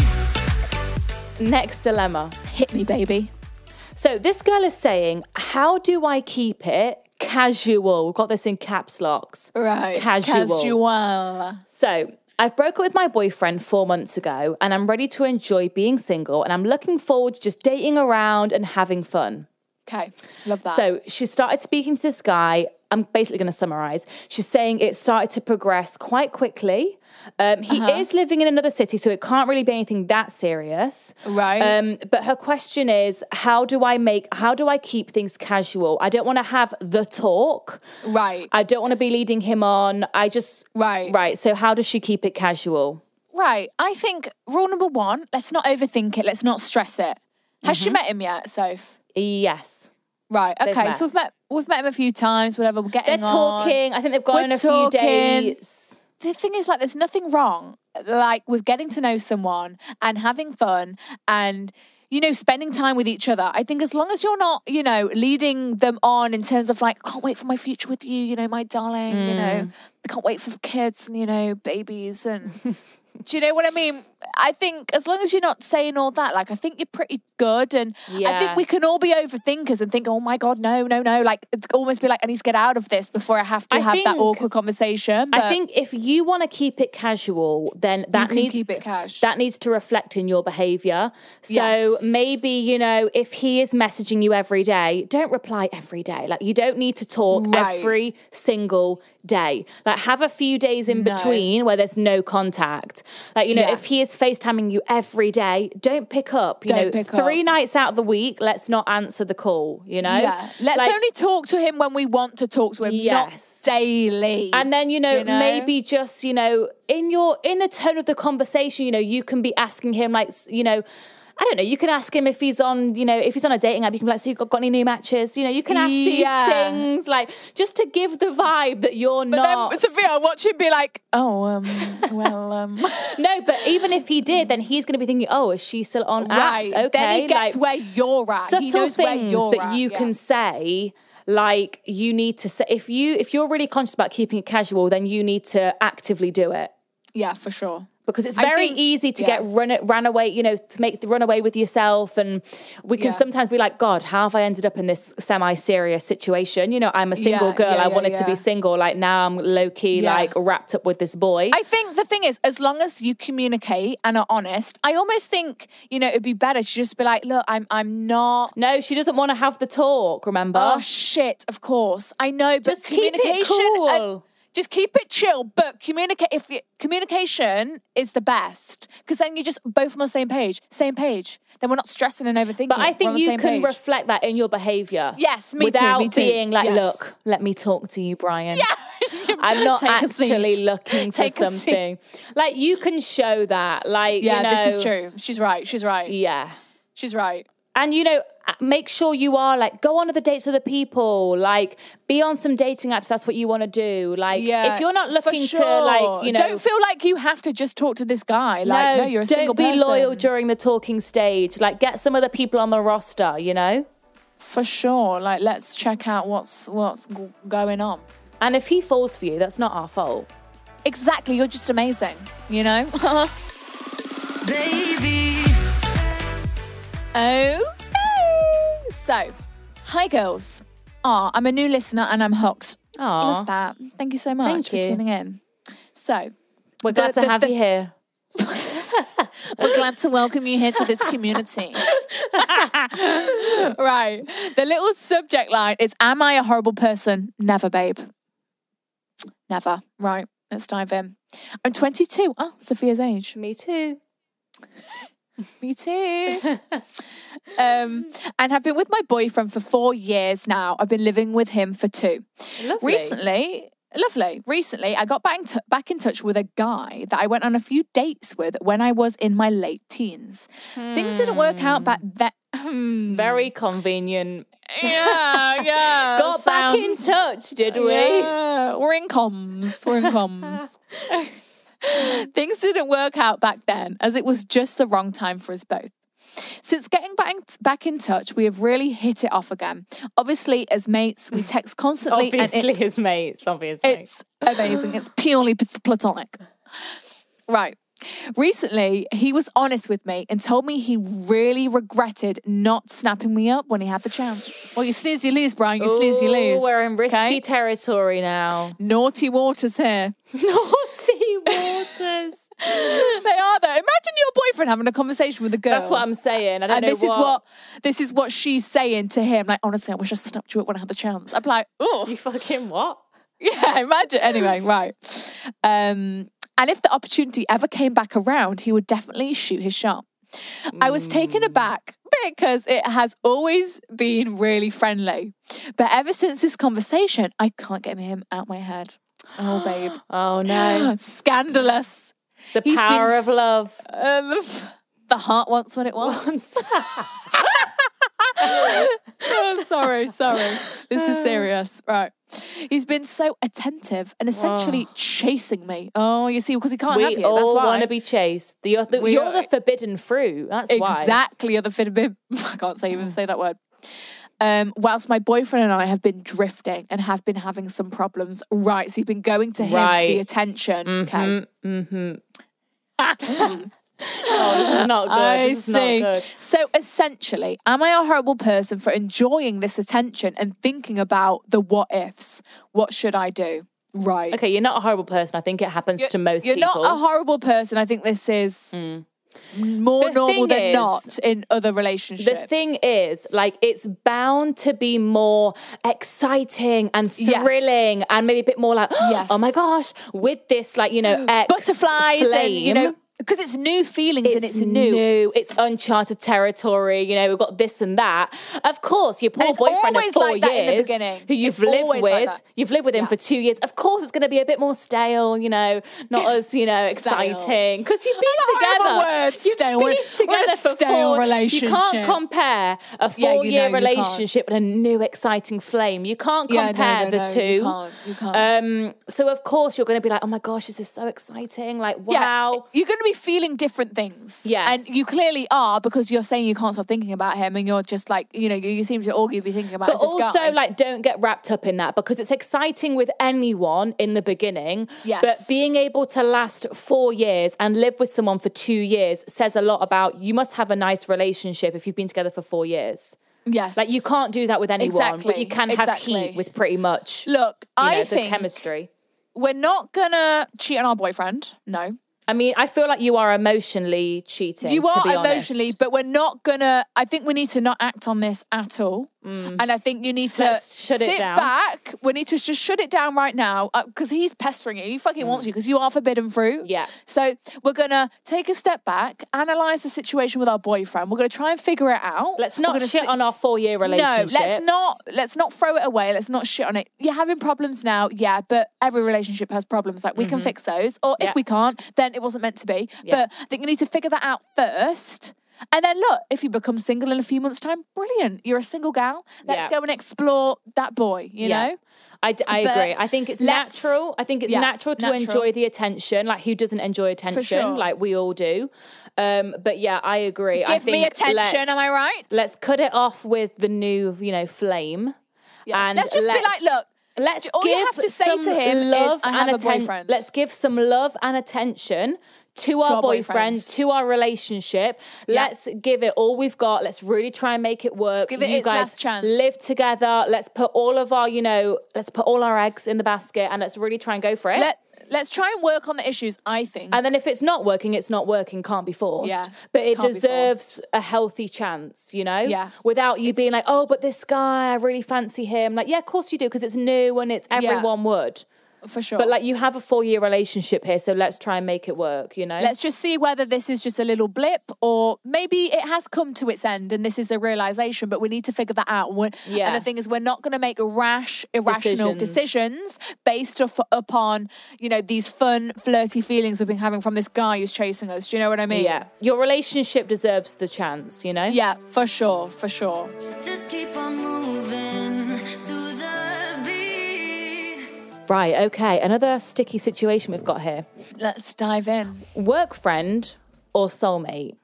S1: Next dilemma.
S2: Hit me, baby.
S1: So this girl is saying, "How do I keep it casual?" We've got this in caps locks.
S2: Right.
S1: Casual.
S2: Casual.
S1: So I've broken with my boyfriend four months ago, and I'm ready to enjoy being single, and I'm looking forward to just dating around and having fun.
S2: Okay. Love that.
S1: So she started speaking to this guy. I'm basically going to summarize. She's saying it started to progress quite quickly. Um, he
S2: Uh-huh.
S1: is living in another city, so it can't really be anything that serious.
S2: Right.
S1: Um, but her question is, how do I make? How do I keep things casual? I don't want to have the talk.
S2: right.
S1: I don't want to be leading him on. I just
S2: Right.
S1: right. So how does she keep it casual?
S2: right. I think rule number one, let's not overthink it. Let's not stress it. Has
S1: Mm-hmm.
S2: she met him yet, Soph?
S1: Yes,
S2: Right. Okay.
S1: met.
S2: So we've met we've met him a few times, whatever. We're
S1: they're
S2: getting on.
S1: talking. I think they've gone
S2: We're
S1: on a
S2: talking.
S1: few dates.
S2: The thing is like there's nothing wrong like with getting to know someone and having fun and you know, spending time with each other. I think as long as you're not, you know, leading them on in terms of like, can't wait for my future with you, you know, my darling, you
S1: Mm.
S2: know, I can't wait for kids and, you know, babies and. Do you know what I mean? I think as long as you're not saying all that, like I think you're pretty good, and I
S1: Yeah.
S2: think we can all be overthinkers and think, "Oh my god, no, no, no!" Like it's almost be like, "I need to get out of this before I have to
S1: I
S2: have that
S1: think-
S2: awkward conversation." But
S1: I think if you want to keep it casual, then that
S2: can
S1: needs
S2: keep it cash.
S1: That needs to reflect in your behavior. So
S2: Yes.
S1: maybe you know if he is messaging you every day, don't reply every day. Like you don't need to talk
S2: Right.
S1: every single day. Like have a few days in
S2: No.
S1: between where there's no contact. Like you know
S2: Yeah.
S1: if he is FaceTiming you every day, don't pick up. You
S2: Don't
S1: know
S2: pick
S1: three
S2: up.
S1: nights out of the week, let's not answer the call. You know,
S2: Yeah. Let's
S1: Like-
S2: only talk to him when we want to talk to him,
S1: Yes.
S2: not daily.
S1: and then you know,
S2: you know?
S1: maybe just you know in your in the tone of the conversation you know you can be asking him like s- you know I don't know. You can ask him if he's on, you know, if he's on a dating app. You can be like, "So you got, got any new matches?" You know, you can ask
S2: Yeah.
S1: these things like just to give the vibe that you're
S2: but
S1: not.
S2: then Sophia, I watch him be like, oh, um, well, um.
S1: no, but even if he did, then he's going to be thinking, "Oh, is she still on
S2: right.
S1: apps?" Okay,
S2: Then he gets
S1: like,
S2: where you're at.
S1: subtle
S2: he knows
S1: things
S2: where you're
S1: that
S2: at,
S1: you
S2: yeah.
S1: can say like you need to say if you if you're really conscious about keeping it casual then you need to actively do it
S2: Yeah, for sure.
S1: because it's
S2: I
S1: very
S2: think-
S1: easy to
S2: yeah.
S1: get run ran away, you know, to make the run away with yourself, and we can
S2: Yeah.
S1: sometimes be like, God, how have I ended up in this semi-serious situation? You know, I'm a single
S2: Yeah,
S1: girl.
S2: yeah,
S1: I
S2: yeah,
S1: wanted to be
S2: yeah.
S1: single. Like now, I'm low key,
S2: Yeah.
S1: like wrapped up with this boy.
S2: I think the thing is, as long as you communicate and are honest, I almost think you know it'd be better to just be like, "Look, I'm I'm not
S1: no, she doesn't want to have the talk. Remember,
S2: Oh shit! Of course, I know, but
S1: Just keep it
S2: communication. uh,
S1: cool.
S2: just keep it chill, but communicate. If you, communication is the best, because then you're just both on the same page. Same page. Then we're not stressing and overthinking.
S1: but I
S2: We're on
S1: think
S2: the
S1: you
S2: same
S1: can
S2: page.
S1: reflect that in your behavior.
S2: Yes, me too,
S1: without
S2: me too.
S1: being like,
S2: Yes.
S1: look, let me talk to you, Brian. I'm not
S2: Take a seat.
S1: actually looking for
S2: Take a seat.
S1: something. Like you can show that. Like
S2: Yeah,
S1: you know,
S2: this is true. She's right. She's right.
S1: Yeah.
S2: She's right.
S1: and you know uh, make sure you are like go on other dates with other people like be on some dating apps that's what you want to do like
S2: Yeah.
S1: if you're not
S2: for
S1: looking
S2: sure.
S1: to like you know
S2: don't feel like you have to just talk to this guy. Like, no, you're a
S1: don't
S2: single
S1: be
S2: person.
S1: loyal during the talking stage like get some other people on the roster you know
S2: for sure. Like, let's check out what's what's g- going on.
S1: and if he falls for you that's not our fault
S2: Exactly. You're just amazing. You know.
S3: Baby,
S2: Okay. So, hi girls. Ah, I'm a new listener and I'm hooked.
S1: Aw.
S2: Love that. Thank you so much
S1: Ah. Thank
S2: for
S1: you.
S2: tuning in. So,
S1: we're
S2: The-
S1: glad to
S2: the-
S1: have
S2: the-
S1: you here
S2: we're glad to welcome you here to this community. right. The little subject line is Am I a horrible person? Never, babe. Never. Right. Let's dive in. I'm 22. Ah, Sophia's age.
S1: me too
S2: Me too. um, and have been with my boyfriend for four years now. I've been living with him for two.
S1: Lovely.
S2: Recently, lovely. Recently, I got back in, t- back in touch with a guy that I went on a few dates with when I was in my late teens. Things didn't work out back then. Hmm.
S1: very convenient
S2: yeah, yeah.
S1: got back in
S2: sounds-
S1: touch did we
S2: yeah, we're in comms. We're in comms. Things didn't work out back then, as it was just the wrong time for us both. Since getting back back in touch, we have really hit it off again. Obviously, as mates, we text constantly,
S1: obviously
S2: and
S1: his mates obviously
S2: it's, it's amazing. It's purely plat- platonic. Right. Recently, he was honest with me and told me he really regretted not snapping me up when he had the chance. Well, you snooze, you lose, Brian. You snooze, you
S1: Ooh,
S2: lose.
S1: We're in risky
S2: okay?
S1: territory now.
S2: naughty waters here.
S1: Naughty waters.
S2: they are though. Imagine your boyfriend having a conversation with a girl.
S1: That's what I'm saying. I don't
S2: and
S1: know
S2: this is what this is what she's saying to him. Like, honestly, I wish I snapped you up when I had the chance. I'm like, oh
S1: you fucking what?
S2: yeah, imagine. Anyway, right. Um, and if the opportunity ever came back around, he would definitely shoot his shot. I was taken
S1: Mm.
S2: aback because it has always been really friendly. But ever since this conversation, I can't get him out my head. Oh, babe.
S1: Oh no.
S2: Scandalous.
S1: The
S2: He's been
S1: power of
S2: s-
S1: love.
S2: Um, the heart wants what it wants. Oh, sorry, sorry. This is serious. Right. He's been so attentive and essentially chasing me. Oh, you see, because he can't have
S1: we
S2: you.
S1: all
S2: That's why.
S1: want to be chased. The, the,
S2: We
S1: you're
S2: are-
S1: the forbidden fruit. That's why.
S2: exactly other fit I can't say even say that word. Um, whilst my boyfriend and I have been drifting and have been having some problems. Right, so you've been going to him for
S1: Right. Mm-hmm.
S2: the attention. Okay.
S1: Oh, this is not good.
S2: I
S1: this is not
S2: see.
S1: good.
S2: So essentially, am I a horrible person for enjoying this attention and thinking about the what ifs? What should I do? Right.
S1: Okay, you're not a horrible person. I think it happens to most
S2: You're
S1: people. Mm.
S2: not a horrible person. I think this is more
S1: The
S2: normal
S1: thing
S2: than
S1: is-
S2: not in other relationships.
S1: The thing is, like, it's bound to be more exciting and
S2: Yes.
S1: thrilling, and maybe a bit more like,
S2: Yes.
S1: oh my gosh, with this, like, you know, X
S2: butterflies and
S1: flame,
S2: you know because it's new feelings and it's new.
S1: It's uncharted territory. You know, we've got this and that. Of course, your poor
S2: it's
S1: boyfriend of
S2: always
S1: four
S2: like
S1: years,
S2: that in the beginning.
S1: who you've
S2: It's
S1: lived
S2: always like
S1: with,
S2: that.
S1: you've lived with him
S2: Yeah.
S1: for two years. Of course, it's going to be a bit more stale. You know, not as you know
S2: Stale.
S1: exciting because you've been
S2: horrible
S1: together.
S2: word,
S1: You've
S2: stale.
S1: been
S2: We're- we're in a
S1: together for
S2: stale
S1: four. You
S2: relationship.
S1: can't compare a
S2: Yeah,
S1: four-year
S2: you know you can't.
S1: relationship with a new exciting flame. You can't
S2: Yeah, no,
S1: compare
S2: no,
S1: the
S2: no,
S1: two.
S2: you can't, you can't.
S1: Um, so of course you're going to be like, oh my gosh, this is so exciting! Like, wow.
S2: you're going to be feeling different things.
S1: Yes.
S2: and you clearly are because you're saying you can't stop thinking about him, and you're just like you know you, you seem to all you be thinking about.
S1: But
S2: is this
S1: also,
S2: guy.
S1: like, don't get wrapped up in that because it's exciting with anyone in the beginning.
S2: Yes.
S1: But being able to last four years and live with someone for two years says a lot about you must have a nice relationship if you've been together for four years.
S2: yes,
S1: Like, you can't do that with anyone, but
S2: Exactly,
S1: you can
S2: exactly.
S1: have heat with pretty much. you
S2: look.
S1: know,
S2: I
S1: there's
S2: think
S1: chemistry.
S2: we're not gonna cheat on our boyfriend. No,
S1: I mean, I feel like you are emotionally cheating.
S2: You
S1: to
S2: are
S1: be honest.
S2: emotionally, but we're not gonna. I think we need to not act on this at all, and I think you need to
S1: Mm. Let's shut it
S2: sit
S1: down.
S2: back. We need to just shut it down right now because he's pestering you. He fucking wants you because you are forbidden fruit.
S1: Mm. Yeah.
S2: So we're gonna take a step back, analyze the situation with our boyfriend. We're gonna try and figure it out.
S1: Let's
S2: We're
S1: not
S2: gonna
S1: shit
S2: sit-
S1: on our four year
S2: No,
S1: relationship.
S2: let's not. Let's not throw it away. Let's not shit on it. You're having problems now, yeah, but every relationship has problems. Like we can fix those, or
S1: Mm-hmm. Yeah.
S2: if we can't, then it wasn't meant to be.
S1: Yeah.
S2: But I think you need to figure that out first. And then look, if you become single in a few months' time, brilliant. You're a single gal. Let's
S1: Yeah.
S2: go and explore that boy. You
S1: Yeah.
S2: know,
S1: I, d- I
S2: But
S1: agree. I think it's
S2: let's-
S1: natural. I think it's
S2: yeah,
S1: natural to
S2: natural.
S1: enjoy the attention. Like who doesn't enjoy attention?
S2: sure.
S1: Like we all do. Um, but yeah, I agree. I
S2: give me
S1: think let's-
S2: attention. Am I right?
S1: Let's cut it off with the new, you know, flame.
S2: Yeah.
S1: And
S2: Let's just be like, look,
S1: Let's
S2: all
S1: give
S2: you have to say to
S1: some
S2: him is,
S1: love
S2: "I have
S1: and
S2: a
S1: atten-
S2: boyfriend."
S1: Let's give some love and attention to our,
S2: our
S1: boyfriend,
S2: boyfriend.
S1: to our relationship.
S2: Yeah.
S1: Let's give it all we've got. Let's really try and make it work.
S2: give it
S1: you
S2: its
S1: guys
S2: last chance.
S1: live together. Let's put all of our, you know, let's put all our eggs in the basket and let's really try and go for it.
S2: let let's try and work on the issues. I think.
S1: and then if it's not working, it's not working, can't be forced.
S2: Yeah,
S1: But it
S2: can't be
S1: deserves a healthy chance, you know?
S2: Yeah.
S1: Without you being like, oh, but this guy, I really fancy him. Like, yeah, of course you do, because it's new and it's everyone would.
S2: for sure.
S1: But like you have a four year relationship here, so let's try and make it work, you know?
S2: Let's just see whether this is just a little blip or maybe it has come to its end and this is the realization, but we need to figure that out. And, we're- and
S1: Yeah.
S2: the thing is, we're not going to make rash, irrational
S1: Decisions.
S2: decisions, based off, upon, you know, these fun, flirty feelings we've been having from this guy who's chasing us. Do you know what I mean?
S1: yeah. Your relationship deserves the chance, you know?
S2: Yeah, for sure, for sure.
S3: Just keep on moving through the beat.
S1: Right, okay. Another sticky situation we've got here.
S2: Let's dive in.
S1: Work friend or soulmate?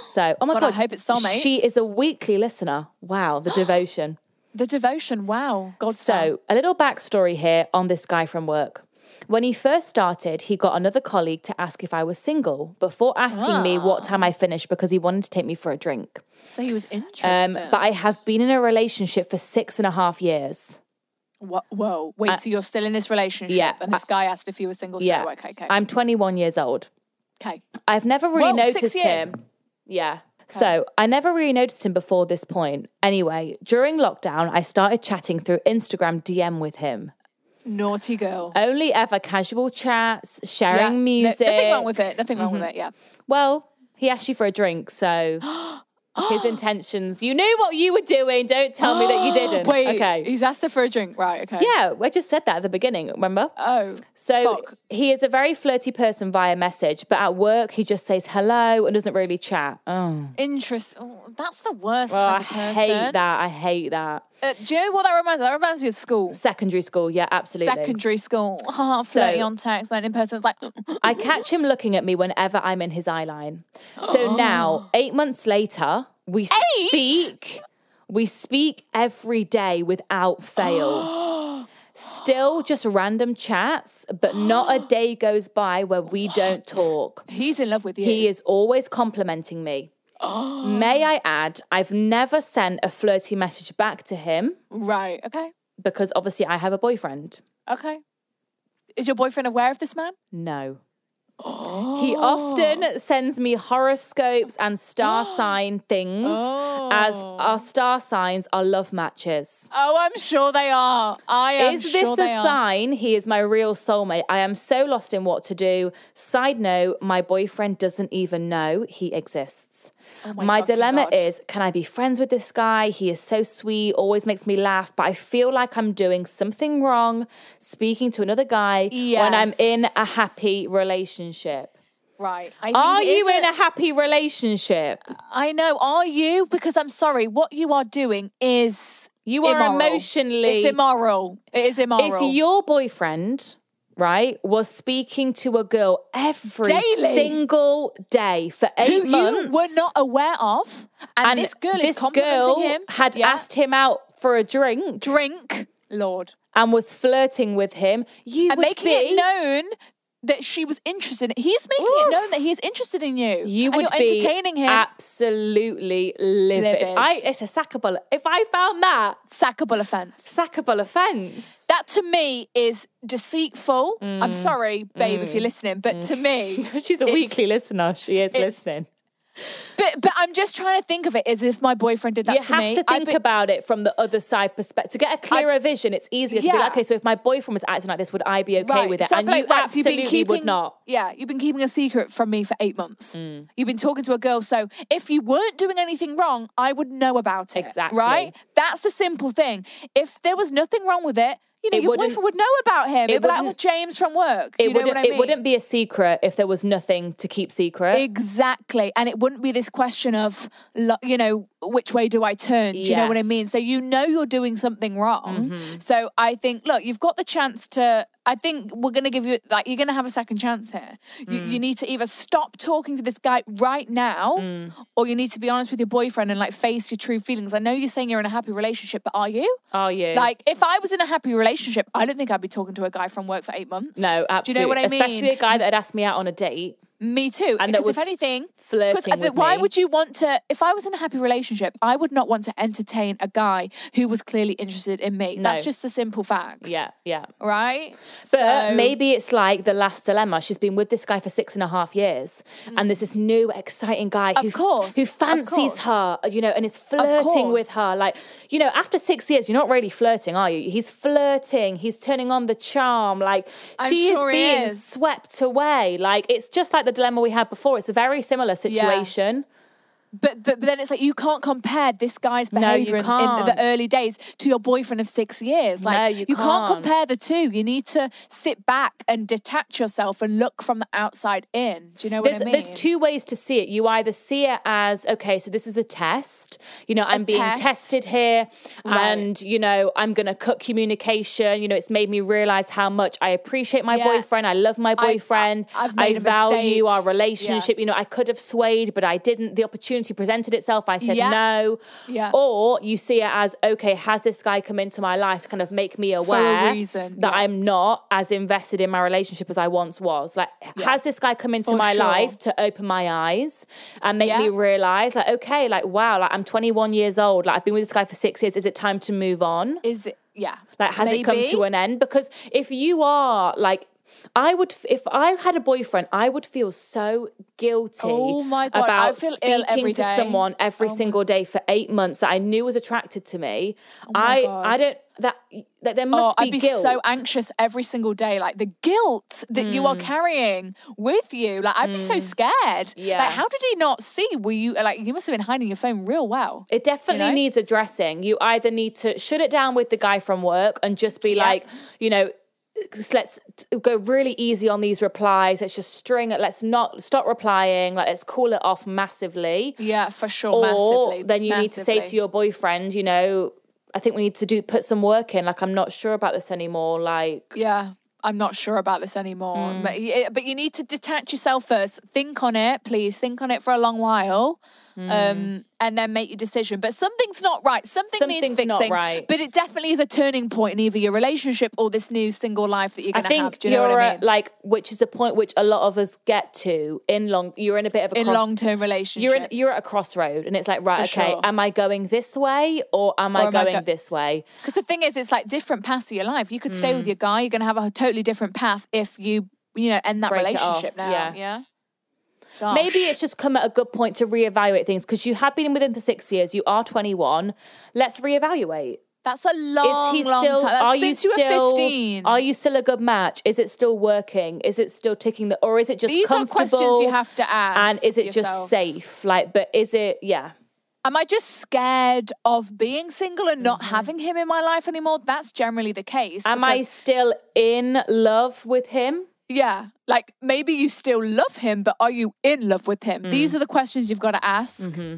S1: So, oh my
S2: God,
S1: god,
S2: I hope it's soulmates.
S1: She is a weekly listener. Wow, the devotion.
S2: The devotion, wow. God's
S1: So, a little backstory here on this guy from work. When he first started, he got another colleague to ask if I was single before asking me what time
S2: Ah.
S1: I finished because he wanted to take me for a drink.
S2: So he was interested.
S1: Um, but I have been in a relationship for six and a half years.
S2: Wha- Whoa, wait, so you're still in this relationship
S1: yeah,
S2: and this guy asked if you were single?
S1: Yeah.
S2: So, okay, okay.
S1: I'm 21 years old.
S2: okay.
S1: I've never really
S2: Whoa,
S1: noticed
S2: six years.
S1: him. Yeah. So I never really noticed him before this point. Anyway, during lockdown, I started chatting through Instagram DM with him.
S2: Naughty girl.
S1: Only ever casual chats, sharing
S2: Yeah. No-
S1: music. Mm-hmm.
S2: nothing wrong with it. Nothing wrong with it. Yeah.
S1: Well, he asked you for a drink, so his intentions. You knew what you were doing. Don't tell me that you didn't.
S2: Wait,
S1: okay.
S2: He's asked her for a drink, right? Okay.
S1: Yeah, I just said that at the beginning, remember?
S2: Oh.
S1: So
S2: fuck.
S1: he is a very flirty person via message, but at work he just says hello and doesn't really chat. Oh,
S2: Interest. Oh, that's the worst
S1: Oh, I
S2: kind of person.
S1: hate that. I hate that.
S2: Uh, do you know what that reminds? That reminds me of school.
S1: Secondary school, yeah, absolutely.
S2: Secondary school. Oh, flirting on text, then in person, it's like.
S1: I catch him looking at me whenever I'm in his eye line. So now, eight months later, we speak. We speak every day without fail. Still just random chats, but not a day goes by where we don't talk.
S2: He's in love with you.
S1: He is always complimenting me. May I add, I've never sent a flirty message back to him
S2: Right. Okay.
S1: because obviously I have a boyfriend.
S2: Okay. Is your boyfriend aware of this man?
S1: No.
S2: Oh.
S1: He often sends me horoscopes and star sign things, as our star signs are love matches.
S2: Oh, I'm sure they are. I am
S1: is this
S2: sure
S1: a
S2: they are.
S1: sign he is my real soulmate? I am so lost in what to do. Side note, my boyfriend doesn't even know he exists.
S2: Oh my
S1: my
S2: fucking
S1: dilemma
S2: God.
S1: is can I be friends with this guy? He is so sweet, always makes me laugh, but I feel like I'm doing something wrong speaking to another guy when I'm in
S2: Yes.
S1: a happy relationship.
S2: Right. I think
S1: Are
S2: it is
S1: you in
S2: a-
S1: a happy relationship?
S2: I know. Are you? Because I'm sorry. What you are doing is
S1: You are
S2: immoral.
S1: emotionally-
S2: It's immoral. It is immoral.
S1: If your boyfriend, right, was speaking to a girl every
S2: Daily.
S1: single day for eight
S2: who
S1: months,
S2: you were not aware of, and,
S1: and
S2: this girl
S1: this
S2: is complimenting
S1: girl
S2: him,
S1: had
S2: yeah,
S1: asked him out for a drink
S2: drink, Lord,
S1: and was flirting with him, you
S2: and
S1: would
S2: making
S1: be
S2: it known that she was interested. in He's making it
S1: Oof.
S2: known that he is interested in you.
S1: you
S2: and
S1: would
S2: you're
S1: be
S2: entertaining him.
S1: absolutely livid.
S2: Livid.
S1: I, it's a sackable. If I found that
S2: Sackable offence.
S1: sackable offence,
S2: That to me is deceitful.
S1: Mm.
S2: I'm sorry, babe, if you're listening, but to me,
S1: she's a
S2: it's-
S1: weekly listener. She is
S2: it's-
S1: listening.
S2: But but I'm just trying to think of it as if my boyfriend did that
S1: you
S2: to
S1: have
S2: me.
S1: to
S2: I
S1: think
S2: be-
S1: about it from the other side perspective to get a clearer vision it's easier to be
S2: Yeah.
S1: like okay so if my boyfriend was acting like this would i be okay
S2: Right,
S1: with it
S2: so
S1: and
S2: I'd be
S1: you
S2: like, right, so
S1: absolutely would not Mm.
S2: Yeah, you've been keeping a secret from me for eight months. You've been talking to a girl, so if you weren't doing anything wrong, I would know about it.
S1: Exactly.
S2: Right. That's the simple thing. If there was nothing wrong with it, you know,
S1: It
S2: your
S1: wouldn't-
S2: boyfriend would know about him.
S1: it
S2: It'd be like,
S1: wouldn't-
S2: well, James from work.
S1: it
S2: you know
S1: wouldn't
S2: what I mean?
S1: it wouldn't be a secret if there was nothing to keep secret
S2: Exactly. And it wouldn't be this question of, lo- you know, which way do I turn? Do you know what I
S1: Yes. Mm-hmm.
S2: mean? So you know you're doing something wrong. So I think, look, you've got the chance to. I think we're going to give you, like, you're going to have a second chance here. You,
S1: Mm.
S2: you need to either stop talking to this guy right now
S1: Mm.
S2: or you need to be honest with your boyfriend and, like, face your true feelings. I know you're saying you're in a happy relationship, but are you?
S1: are you
S2: Like, if I was in a happy relationship, I don't think I'd be talking to a guy from work for eight months.
S1: no
S2: Do
S1: absolutely
S2: you know what I mean?
S1: especially a guy that had asked me out on a date
S2: Me too.
S1: And that
S2: because if
S1: was
S2: anything, 'cause
S1: flirting
S2: I think,
S1: with
S2: why
S1: me.
S2: would you want to? If I was in a happy relationship, I would not want to entertain a guy who was clearly interested in me. That's
S1: No.
S2: just the simple facts.
S1: yeah yeah
S2: Right.
S1: But uh,
S2: So-
S1: maybe it's like the last dilemma. She's been with this guy for six and a half years, and there's this new exciting guy who,
S2: Of course,
S1: who
S2: of
S1: fancies
S2: course.
S1: her, you know, and is flirting with her.
S2: course.
S1: Like, you know, after six years, you're not really flirting, are you? He's flirting, he's turning on the charm. Like,
S2: I'm
S1: she
S2: sure
S1: is
S2: he
S1: being
S2: is.
S1: swept away. Like, it's just like the dilemma we had before. It's a very similar situation.
S2: But, but but then it's like you can't compare this guy's
S1: you
S2: behavior in- in,
S1: can't.
S2: the early days to your boyfriend of six years. Like
S1: No, you
S2: can't
S1: can't.
S2: compare the two. You need to sit back and detach yourself and look from the outside in. Do you know what
S1: there's,
S2: I mean?
S1: there's two ways to see it. You either see it as, okay, so this is a test. You know, I'm being
S2: test.
S1: tested here
S2: Right.
S1: and, you know, I'm going to cut communication. You know, it's made me realize how much I appreciate my
S2: Yeah.
S1: boyfriend. I love my
S2: I-
S1: boyfriend.
S2: I- I've made a
S1: value
S2: mistake.
S1: our relationship. You know, I could have swayed, but I didn't. The opportunity presented itself. I said
S2: Yeah.
S1: no.
S2: Yeah.
S1: Or you see it as, okay, has this guy come into my life to kind of make me
S2: a
S1: aware
S2: reason,
S1: that
S2: yeah.
S1: I'm not as invested in my relationship as I once was? Like, has this guy come into
S2: For
S1: my
S2: sure.
S1: life to open my eyes and make me
S2: Yeah.
S1: realize like okay like wow like i'm 21 years old like i've been with this guy for six years is it time to move on
S2: Is it? Yeah.
S1: like has it come
S2: Maybe.
S1: to an end because if you are like I would, f- if I had a boyfriend, I would feel so guilty
S2: Oh my God, I
S1: about
S2: feel
S1: speaking
S2: ill every
S1: to
S2: day.
S1: someone every
S2: Oh my-
S1: single day for eight months that I knew was attracted to me.
S2: Oh my
S1: I,
S2: God.
S1: I don't that that there
S2: Oh,
S1: must be
S2: I'd be
S1: guilt. Hmm.
S2: so anxious every single day. Like the guilt that you are carrying with you. Like I'd be so scared.
S1: Yeah.
S2: Like how did he not see? Were you like you must have been hiding your phone real well?
S1: It definitely
S2: know?
S1: needs addressing. You either need to shut it down with the guy from work and just be
S2: Yeah.
S1: like, you know, s- let's t- go really easy on these replies. Let's just string it. Let's not stop replying. Like, let's call it off massively.
S2: Yeah, for sure.
S1: or
S2: massively.
S1: then you need to say
S2: massively.
S1: to your boyfriend, you know, I think we need to do put some work in. Like, I'm not sure about this anymore. Like,
S2: Yeah. I'm not sure about this anymore.
S1: Hmm.
S2: But, you, but you need to detach yourself first. Think on it, please. Think on it for a long while.
S1: Hmm.
S2: Um, and then make your decision. But something's not right. Something needs
S1: Something's
S2: fixing.
S1: not right.
S2: But it definitely is a turning point in either your relationship or this new single life that you're
S1: I
S2: going to
S1: think
S2: have. Do you know
S1: you're uh,
S2: what I
S1: at,
S2: mean?
S1: like, which is a point which a lot of us get to in long. You're in a bit of a
S2: in
S1: cross-
S2: long term relationships.
S1: you're in, you're at a crossroad and it's like right
S2: For
S1: okay
S2: sure.
S1: am i going this way or am
S2: Or
S1: i
S2: am I
S1: going
S2: go-
S1: this way
S2: Because the thing is, it's like different paths of your life. You could stay
S1: Hmm.
S2: with your guy. You're going to have a totally different path if you, you know, end that
S1: Break it off,
S2: relationship now.
S1: yeah.
S2: Yeah.
S1: maybe
S2: Gosh.
S1: it's just come at a good point to reevaluate things because you have been with him for six years you are 21 let's reevaluate
S2: That's a long,
S1: is he
S2: long
S1: still
S2: time. That's
S1: are you
S2: since you
S1: still
S2: were 15.
S1: are you still a good match is it still working is it still ticking the or is it just
S2: These are
S1: comfortable
S2: questions you have to ask.
S1: and is it
S2: yourself.
S1: just safe like but is it yeah
S2: Am I just scared of being single and not having him in my life anymore? That's generally the case.
S1: Mm-hmm. am i
S2: because-
S1: still in love with him
S2: Yeah. Like maybe you still love him, but are you in love with him? These
S1: Mm.
S2: are the questions you've got to ask.
S1: Mm-hmm.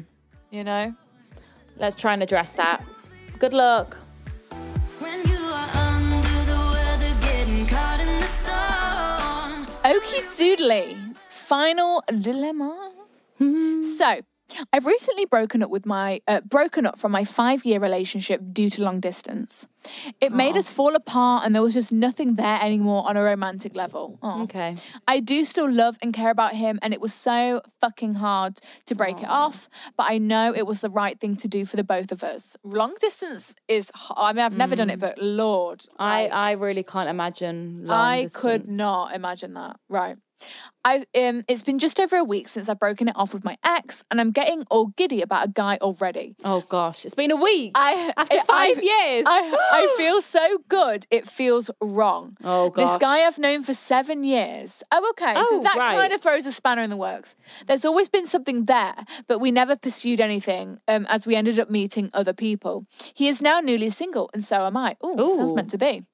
S2: You know?
S1: let's try and address that good luck
S3: When you are under the weather, getting caught in the storm.
S2: Okie doodly. Final dilemma. So, I've recently broken up with my uh, broken up from my five year relationship due to long distance. It made us fall apart, and there was just nothing there anymore on a romantic level. Aw.
S1: okay
S2: I do still love and care about him, and it was so fucking hard to break it off. But I know it was the right thing to do for the both of us. Long distance is. h- I mean, I've never done it, but Lord,
S1: Mm. I,
S2: like-
S1: I really can't imagine. Long
S2: I could
S1: distance.
S2: not imagine that. Right. I've um it's been just over a week since I've broken it off with my ex and I'm getting all giddy about a guy already.
S1: Oh gosh, it's been a week.
S2: I
S1: after
S2: I-
S1: five
S2: I-
S1: years.
S2: I, I feel so good, it feels wrong.
S1: Oh,
S2: This
S1: gosh.
S2: guy I've known for seven years. Oh, okay. so
S1: Oh,
S2: that
S1: right.
S2: kind of throws a spanner in the works. There's always been something there, but we never pursued anything um, as we ended up meeting other people. He is now newly single, and so am I. Oh, sounds
S1: Ooh.
S2: meant to be.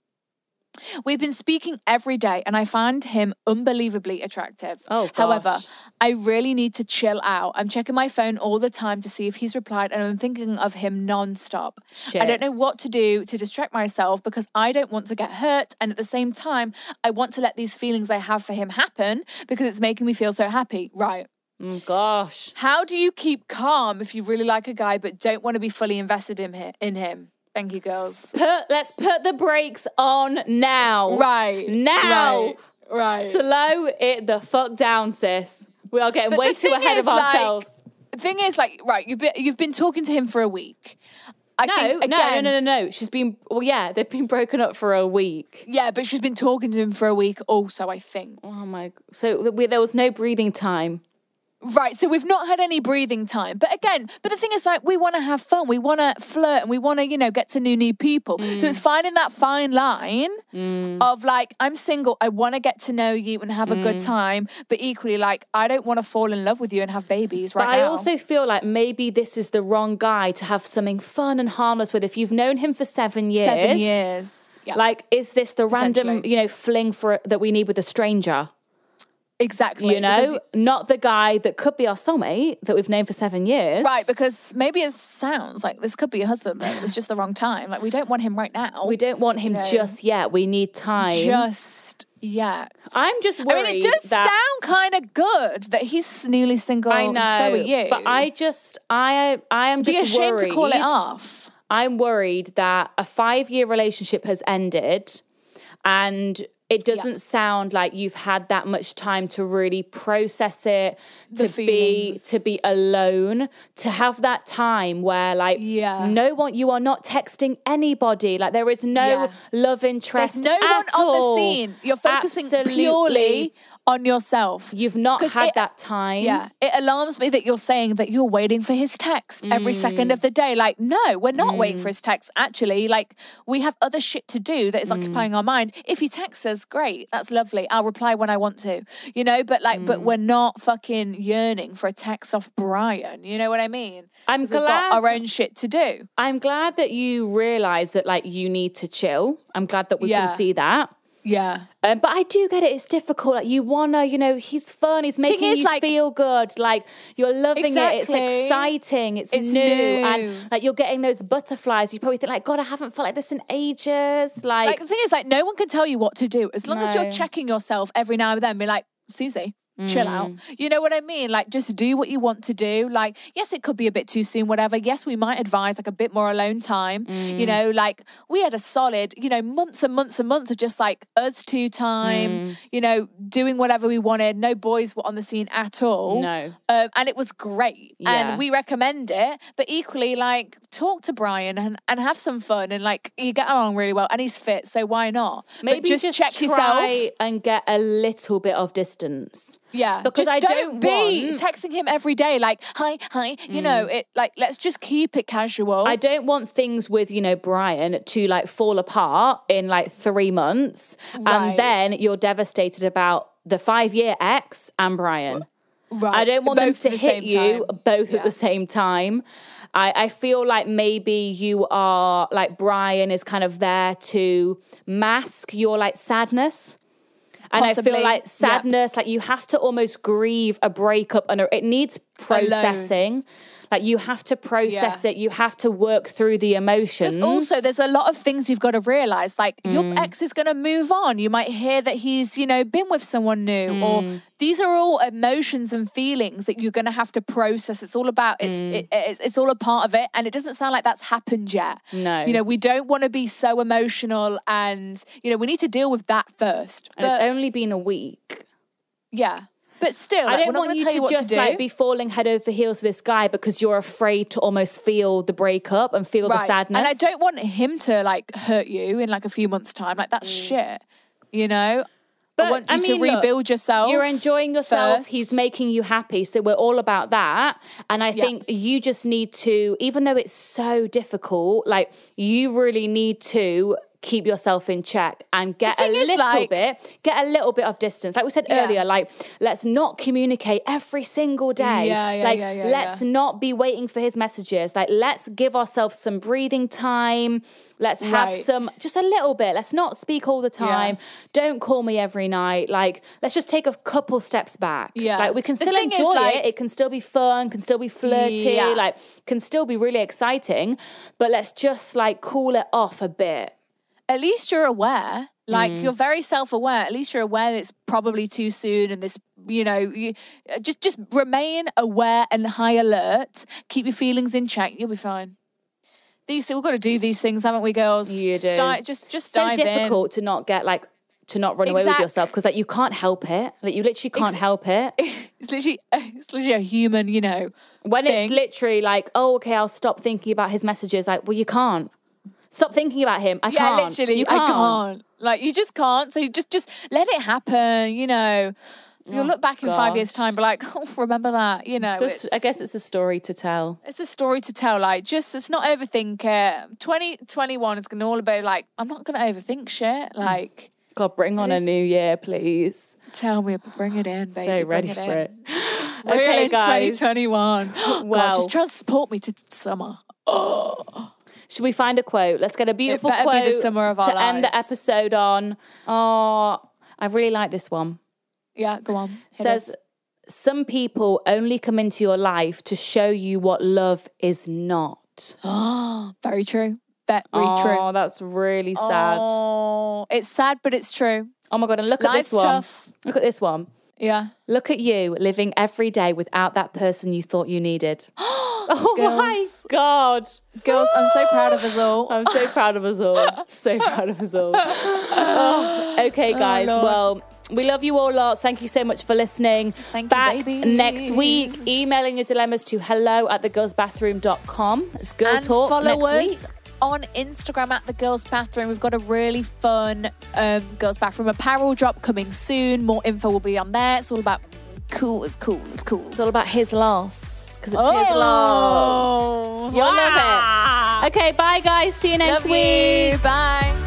S2: We've been speaking every day, and I find him unbelievably attractive.
S1: Oh,
S2: However,
S1: gosh.
S2: I really need to chill out. I'm checking my phone all the time to see if he's replied, and I'm thinking of him nonstop. I don't
S1: Shit.
S2: know what to do to distract myself because I don't want to get hurt. And at the same time, I want to let these feelings I have for him happen because it's making me feel so happy. Right.
S1: Mm, gosh,
S2: How do you keep calm if you really like a guy but don't want to be fully invested in, hi- in him? Thank you, girls.
S1: put let's put the brakes on now.
S2: Right.
S1: now.
S2: Right. right.
S1: Slow it the fuck down, sis. We are getting
S2: But
S1: way
S2: the
S1: too
S2: thing
S1: ahead
S2: is,
S1: of
S2: like,
S1: ourselves.
S2: thing is, like, right, you've been, you've been talking to him for a week. I
S1: No,
S2: think,
S1: no, no,
S2: again,
S1: no, no, no. She's been well, yeah, they've been broken up for a week.
S2: Yeah, but she's been talking to him for a week also, I think.
S1: Oh my! So we, there was no breathing time.
S2: Right, so we've not had any breathing time. But again, but the thing is, like, we want to have fun, we want to flirt, and we want to, you know, get to new, new people.
S1: Mm.
S2: So it's finding that fine line of like, I'm single, I want to get to know you and have a good
S1: Mm.
S2: time, but equally, like, I don't want to fall in love with you and have babies right
S1: But I
S2: now.
S1: also feel like maybe this is the wrong guy to have something fun and harmless with. If you've known him for seven years,
S2: seven years. Yeah,
S1: Like, is this the random,
S2: Potentially.
S1: you know, fling for that we need with a stranger?
S2: exactly.
S1: You know,
S2: because-
S1: not the guy that could be our soulmate that we've known for seven years.
S2: Right, because maybe it sounds like this could be your husband, but it was just the wrong time. Like, we don't want him right now.
S1: we don't want him
S2: You know.
S1: just yet. We need time.
S2: just yet.
S1: I'm just
S2: I
S1: worried.
S2: mean, it does
S1: that
S2: sound kind of good that he's newly single.
S1: I
S2: and so are
S1: know,
S2: you.
S1: but I just, I, I am
S2: be
S1: just
S2: ashamed
S1: worried.
S2: to call it off.
S1: I'm worried that a five year relationship has ended and It doesn't sound like you've had that much time to really process it, to be
S2: feelings.
S1: to be alone, to have that time where like
S2: Yeah.
S1: no one you are not texting anybody. Like there is no
S2: Yeah.
S1: love interest.
S2: There's no one
S1: at
S2: on
S1: all.
S2: the scene. You're focusing
S1: Absolutely.
S2: purely on yourself.
S1: You've not
S2: 'Cause
S1: had
S2: it-
S1: that time.
S2: Yeah, it alarms me that you're saying that you're waiting for his text every
S1: Mm.
S2: second of the day. Like, no, we're not waiting for his text. Actually, like, we have other shit to do that is
S1: Mm.
S2: occupying our mind. If he texts us, great, that's lovely. I'll reply when I want to, you know. But like,
S1: Mm.
S2: but we're not fucking yearning for a text off Brian. You know what I mean?
S1: I'm
S2: 'Cause We've got our
S1: glad-
S2: own shit to do.
S1: I'm glad that you realize that like you need to chill. I'm glad that we
S2: Yeah.
S1: can see that.
S2: Yeah,
S1: Um, but I do get it. It's difficult. Like you wanna, you know, he's fun. He's making
S2: is,
S1: you
S2: like-
S1: feel good. Like you're loving it.
S2: Exactly.
S1: It's exciting. It's,
S2: It's
S1: new.
S2: new.
S1: and like you're getting those butterflies. You probably think like, God, I haven't felt like this in ages. Like,
S2: like the thing is, like, no one can tell you what to do as long as you're
S1: No.
S2: checking yourself every now and then. Be like, Susie, chill out.
S1: Mm.
S2: You know what I mean? Like, just do what you want to do. Like, yes, it could be a bit too soon, whatever. Yes, we might advise like a bit more alone time.
S1: Mm.
S2: You know, like we had a solid, you know, months and months and months of just like us two time.
S1: Mm.
S2: You know, doing whatever we wanted. No boys were on the scene at all.
S1: No.
S2: um, and it was great.
S1: Yeah.
S2: And we recommend it, but equally, like, talk to Brian and, and have some fun. And, like, you get along really well and he's fit, so why not? But
S1: maybe
S2: just, check
S1: try
S2: yourself.
S1: and get a little bit of distance.
S2: Yeah.
S1: because
S2: just
S1: I
S2: don't
S1: don't
S2: be
S1: want- Mm.
S2: texting him every day, like, hi, hi. You know, it, like, let's just keep it casual.
S1: I don't want things with, you know, Brian to like fall apart in like three months.
S2: Right.
S1: And then you're devastated about the five year ex and Brian.
S2: right.
S1: I don't want them
S2: both
S1: to
S2: at the
S1: hit
S2: same
S1: you
S2: time.
S1: both
S2: Yeah.
S1: at the same time. I, I feel like maybe you are like Brian is kind of there to mask your like sadness. And I
S2: Possibly,
S1: feel
S2: yeah.
S1: like sadness, like you have to almost grieve a breakup and it needs processing. Like you have to process
S2: Yeah.
S1: it, you have to work through the emotions.
S2: Because also, there's a lot of things you've got to realize. Like
S1: Mm.
S2: your ex is going to move on. You might hear that he's, you know, been with someone new,
S1: Mm.
S2: or these are all emotions and feelings that you're going to have to process. It's all about it's,
S1: Mm.
S2: it, it's it's all a part of it, and it doesn't sound like that's happened yet.
S1: No.
S2: you know, we don't want to be so emotional, and you know, we need to deal with that first.
S1: and it's
S2: But
S1: only been a week.
S2: yeah, but still, like,
S1: I
S2: we're
S1: don't
S2: not
S1: want
S2: going
S1: you
S2: tell you
S1: to
S2: what
S1: just
S2: to do.
S1: like be falling head over heels for this guy because you're afraid to almost feel the breakup and feel the sadness.
S2: And I don't want him to like hurt you in like a few months' time. Like that's shit. You know? I
S1: Mm. But,
S2: want you
S1: I
S2: to
S1: mean, look,
S2: rebuild yourself.
S1: You're enjoying yourself.
S2: first.
S1: He's making you happy. So we're all about that. And I think you just need to, even though it's so difficult, like you really need to keep yourself in check and get a
S2: thing is,
S1: little
S2: like-
S1: bit get a little bit of distance like we said
S2: Yeah. Mm,
S1: earlier like let's not communicate every single day
S2: Yeah, yeah,
S1: like
S2: yeah, yeah,
S1: let's
S2: yeah.
S1: not be waiting for his messages like let's give ourselves some breathing time let's have
S2: Right.
S1: some Um, just a little bit let's not speak all the time don't call me every night. Like, let's just take a couple steps back.
S2: Yeah.
S1: Like, we can
S2: The
S1: still
S2: thing is,
S1: enjoy
S2: like-
S1: it. It can still be fun, can still be flirty,
S2: Yeah.
S1: like, can still be really exciting. But let's just, like, cool it off a bit.
S2: At least you're aware. Like
S1: Mm.
S2: you're very self-aware. At least you're aware that it's probably too soon and this you know, you uh, just just remain aware and high alert. Keep your feelings in check. You'll be fine. These we've got to do these things, haven't we, girls?
S1: You
S2: Just
S1: do.
S2: dive- just just
S1: So
S2: dive in.
S1: difficult to not get, like, to not run away with
S2: Exact-
S1: yourself because, like, you can't help it. Like, you literally can't
S2: Ex-
S1: help it.
S2: It's literally it's literally a human, you know,
S1: When
S2: thing.
S1: it's literally like, oh, okay, I'll stop thinking about his messages. Like, well, you can't. Stop thinking about him. I
S2: Yeah,
S1: can't.
S2: literally,
S1: You can't.
S2: I can't. Like you just can't. So you just just let it happen. You know, you'll look back in five years'
S1: Oh, gosh.
S2: time, be like, oh, remember that. You know,
S1: It's just-
S2: it's,
S1: I guess it's a story to tell.
S2: it's a story to tell. Like, just it's not overthink it. Twenty twenty one is gonna all about like I'm not gonna overthink shit.
S1: Mm.
S2: Like,
S1: God, bring on a
S2: is-
S1: new year, please.
S2: tell me, but bring it in, baby.
S1: so
S2: bring
S1: ready
S2: it
S1: for
S2: in.
S1: it.
S2: Bring it
S1: okay,
S2: in
S1: guys.
S2: 2021. God,
S1: Well.
S2: just transport me to summer.
S1: Should we find a quote? Let's get a beautiful
S2: better be
S1: quote
S2: the summer of
S1: to
S2: our
S1: end the
S2: lives.
S1: episode on. Oh, I really like this one.
S2: Yeah, go on. Hit
S1: says
S2: us.
S1: some people only come into your life to show you what love is not.
S2: very true. Very true.
S1: Oh, that's really sad. Oh,
S2: Oh, it's sad, but it's true.
S1: my god, and look at
S2: Life's
S1: this one.
S2: tough.
S1: Look at this one.
S2: Yeah.
S1: Look at you living every day without that person you thought you needed. Oh my
S2: Girls.
S1: God.
S2: Girls, I'm so proud of us all.
S1: I'm so proud of us all. So proud of us all. Oh, okay, guys.
S2: Lord.
S1: well, we love you all lots. Thank you so much for listening.
S2: Thank you,
S1: Back
S2: babies.
S1: next week. Emailing your dilemmas to hello at thegirlsbathroom.com. It's Girl
S2: and
S1: Talk
S2: follow
S1: next
S2: us
S1: week.
S2: on Instagram at the Girls Bathroom. We've got a really fun um, Girls Bathroom apparel drop coming soon. More info will be on there. It's all about cool. It's cool. It's cool.
S1: It's all about his loss because it's
S2: Oh.
S1: his loss. You'll love it. Okay, bye guys. See you next
S2: Love
S1: week.
S2: you. Bye.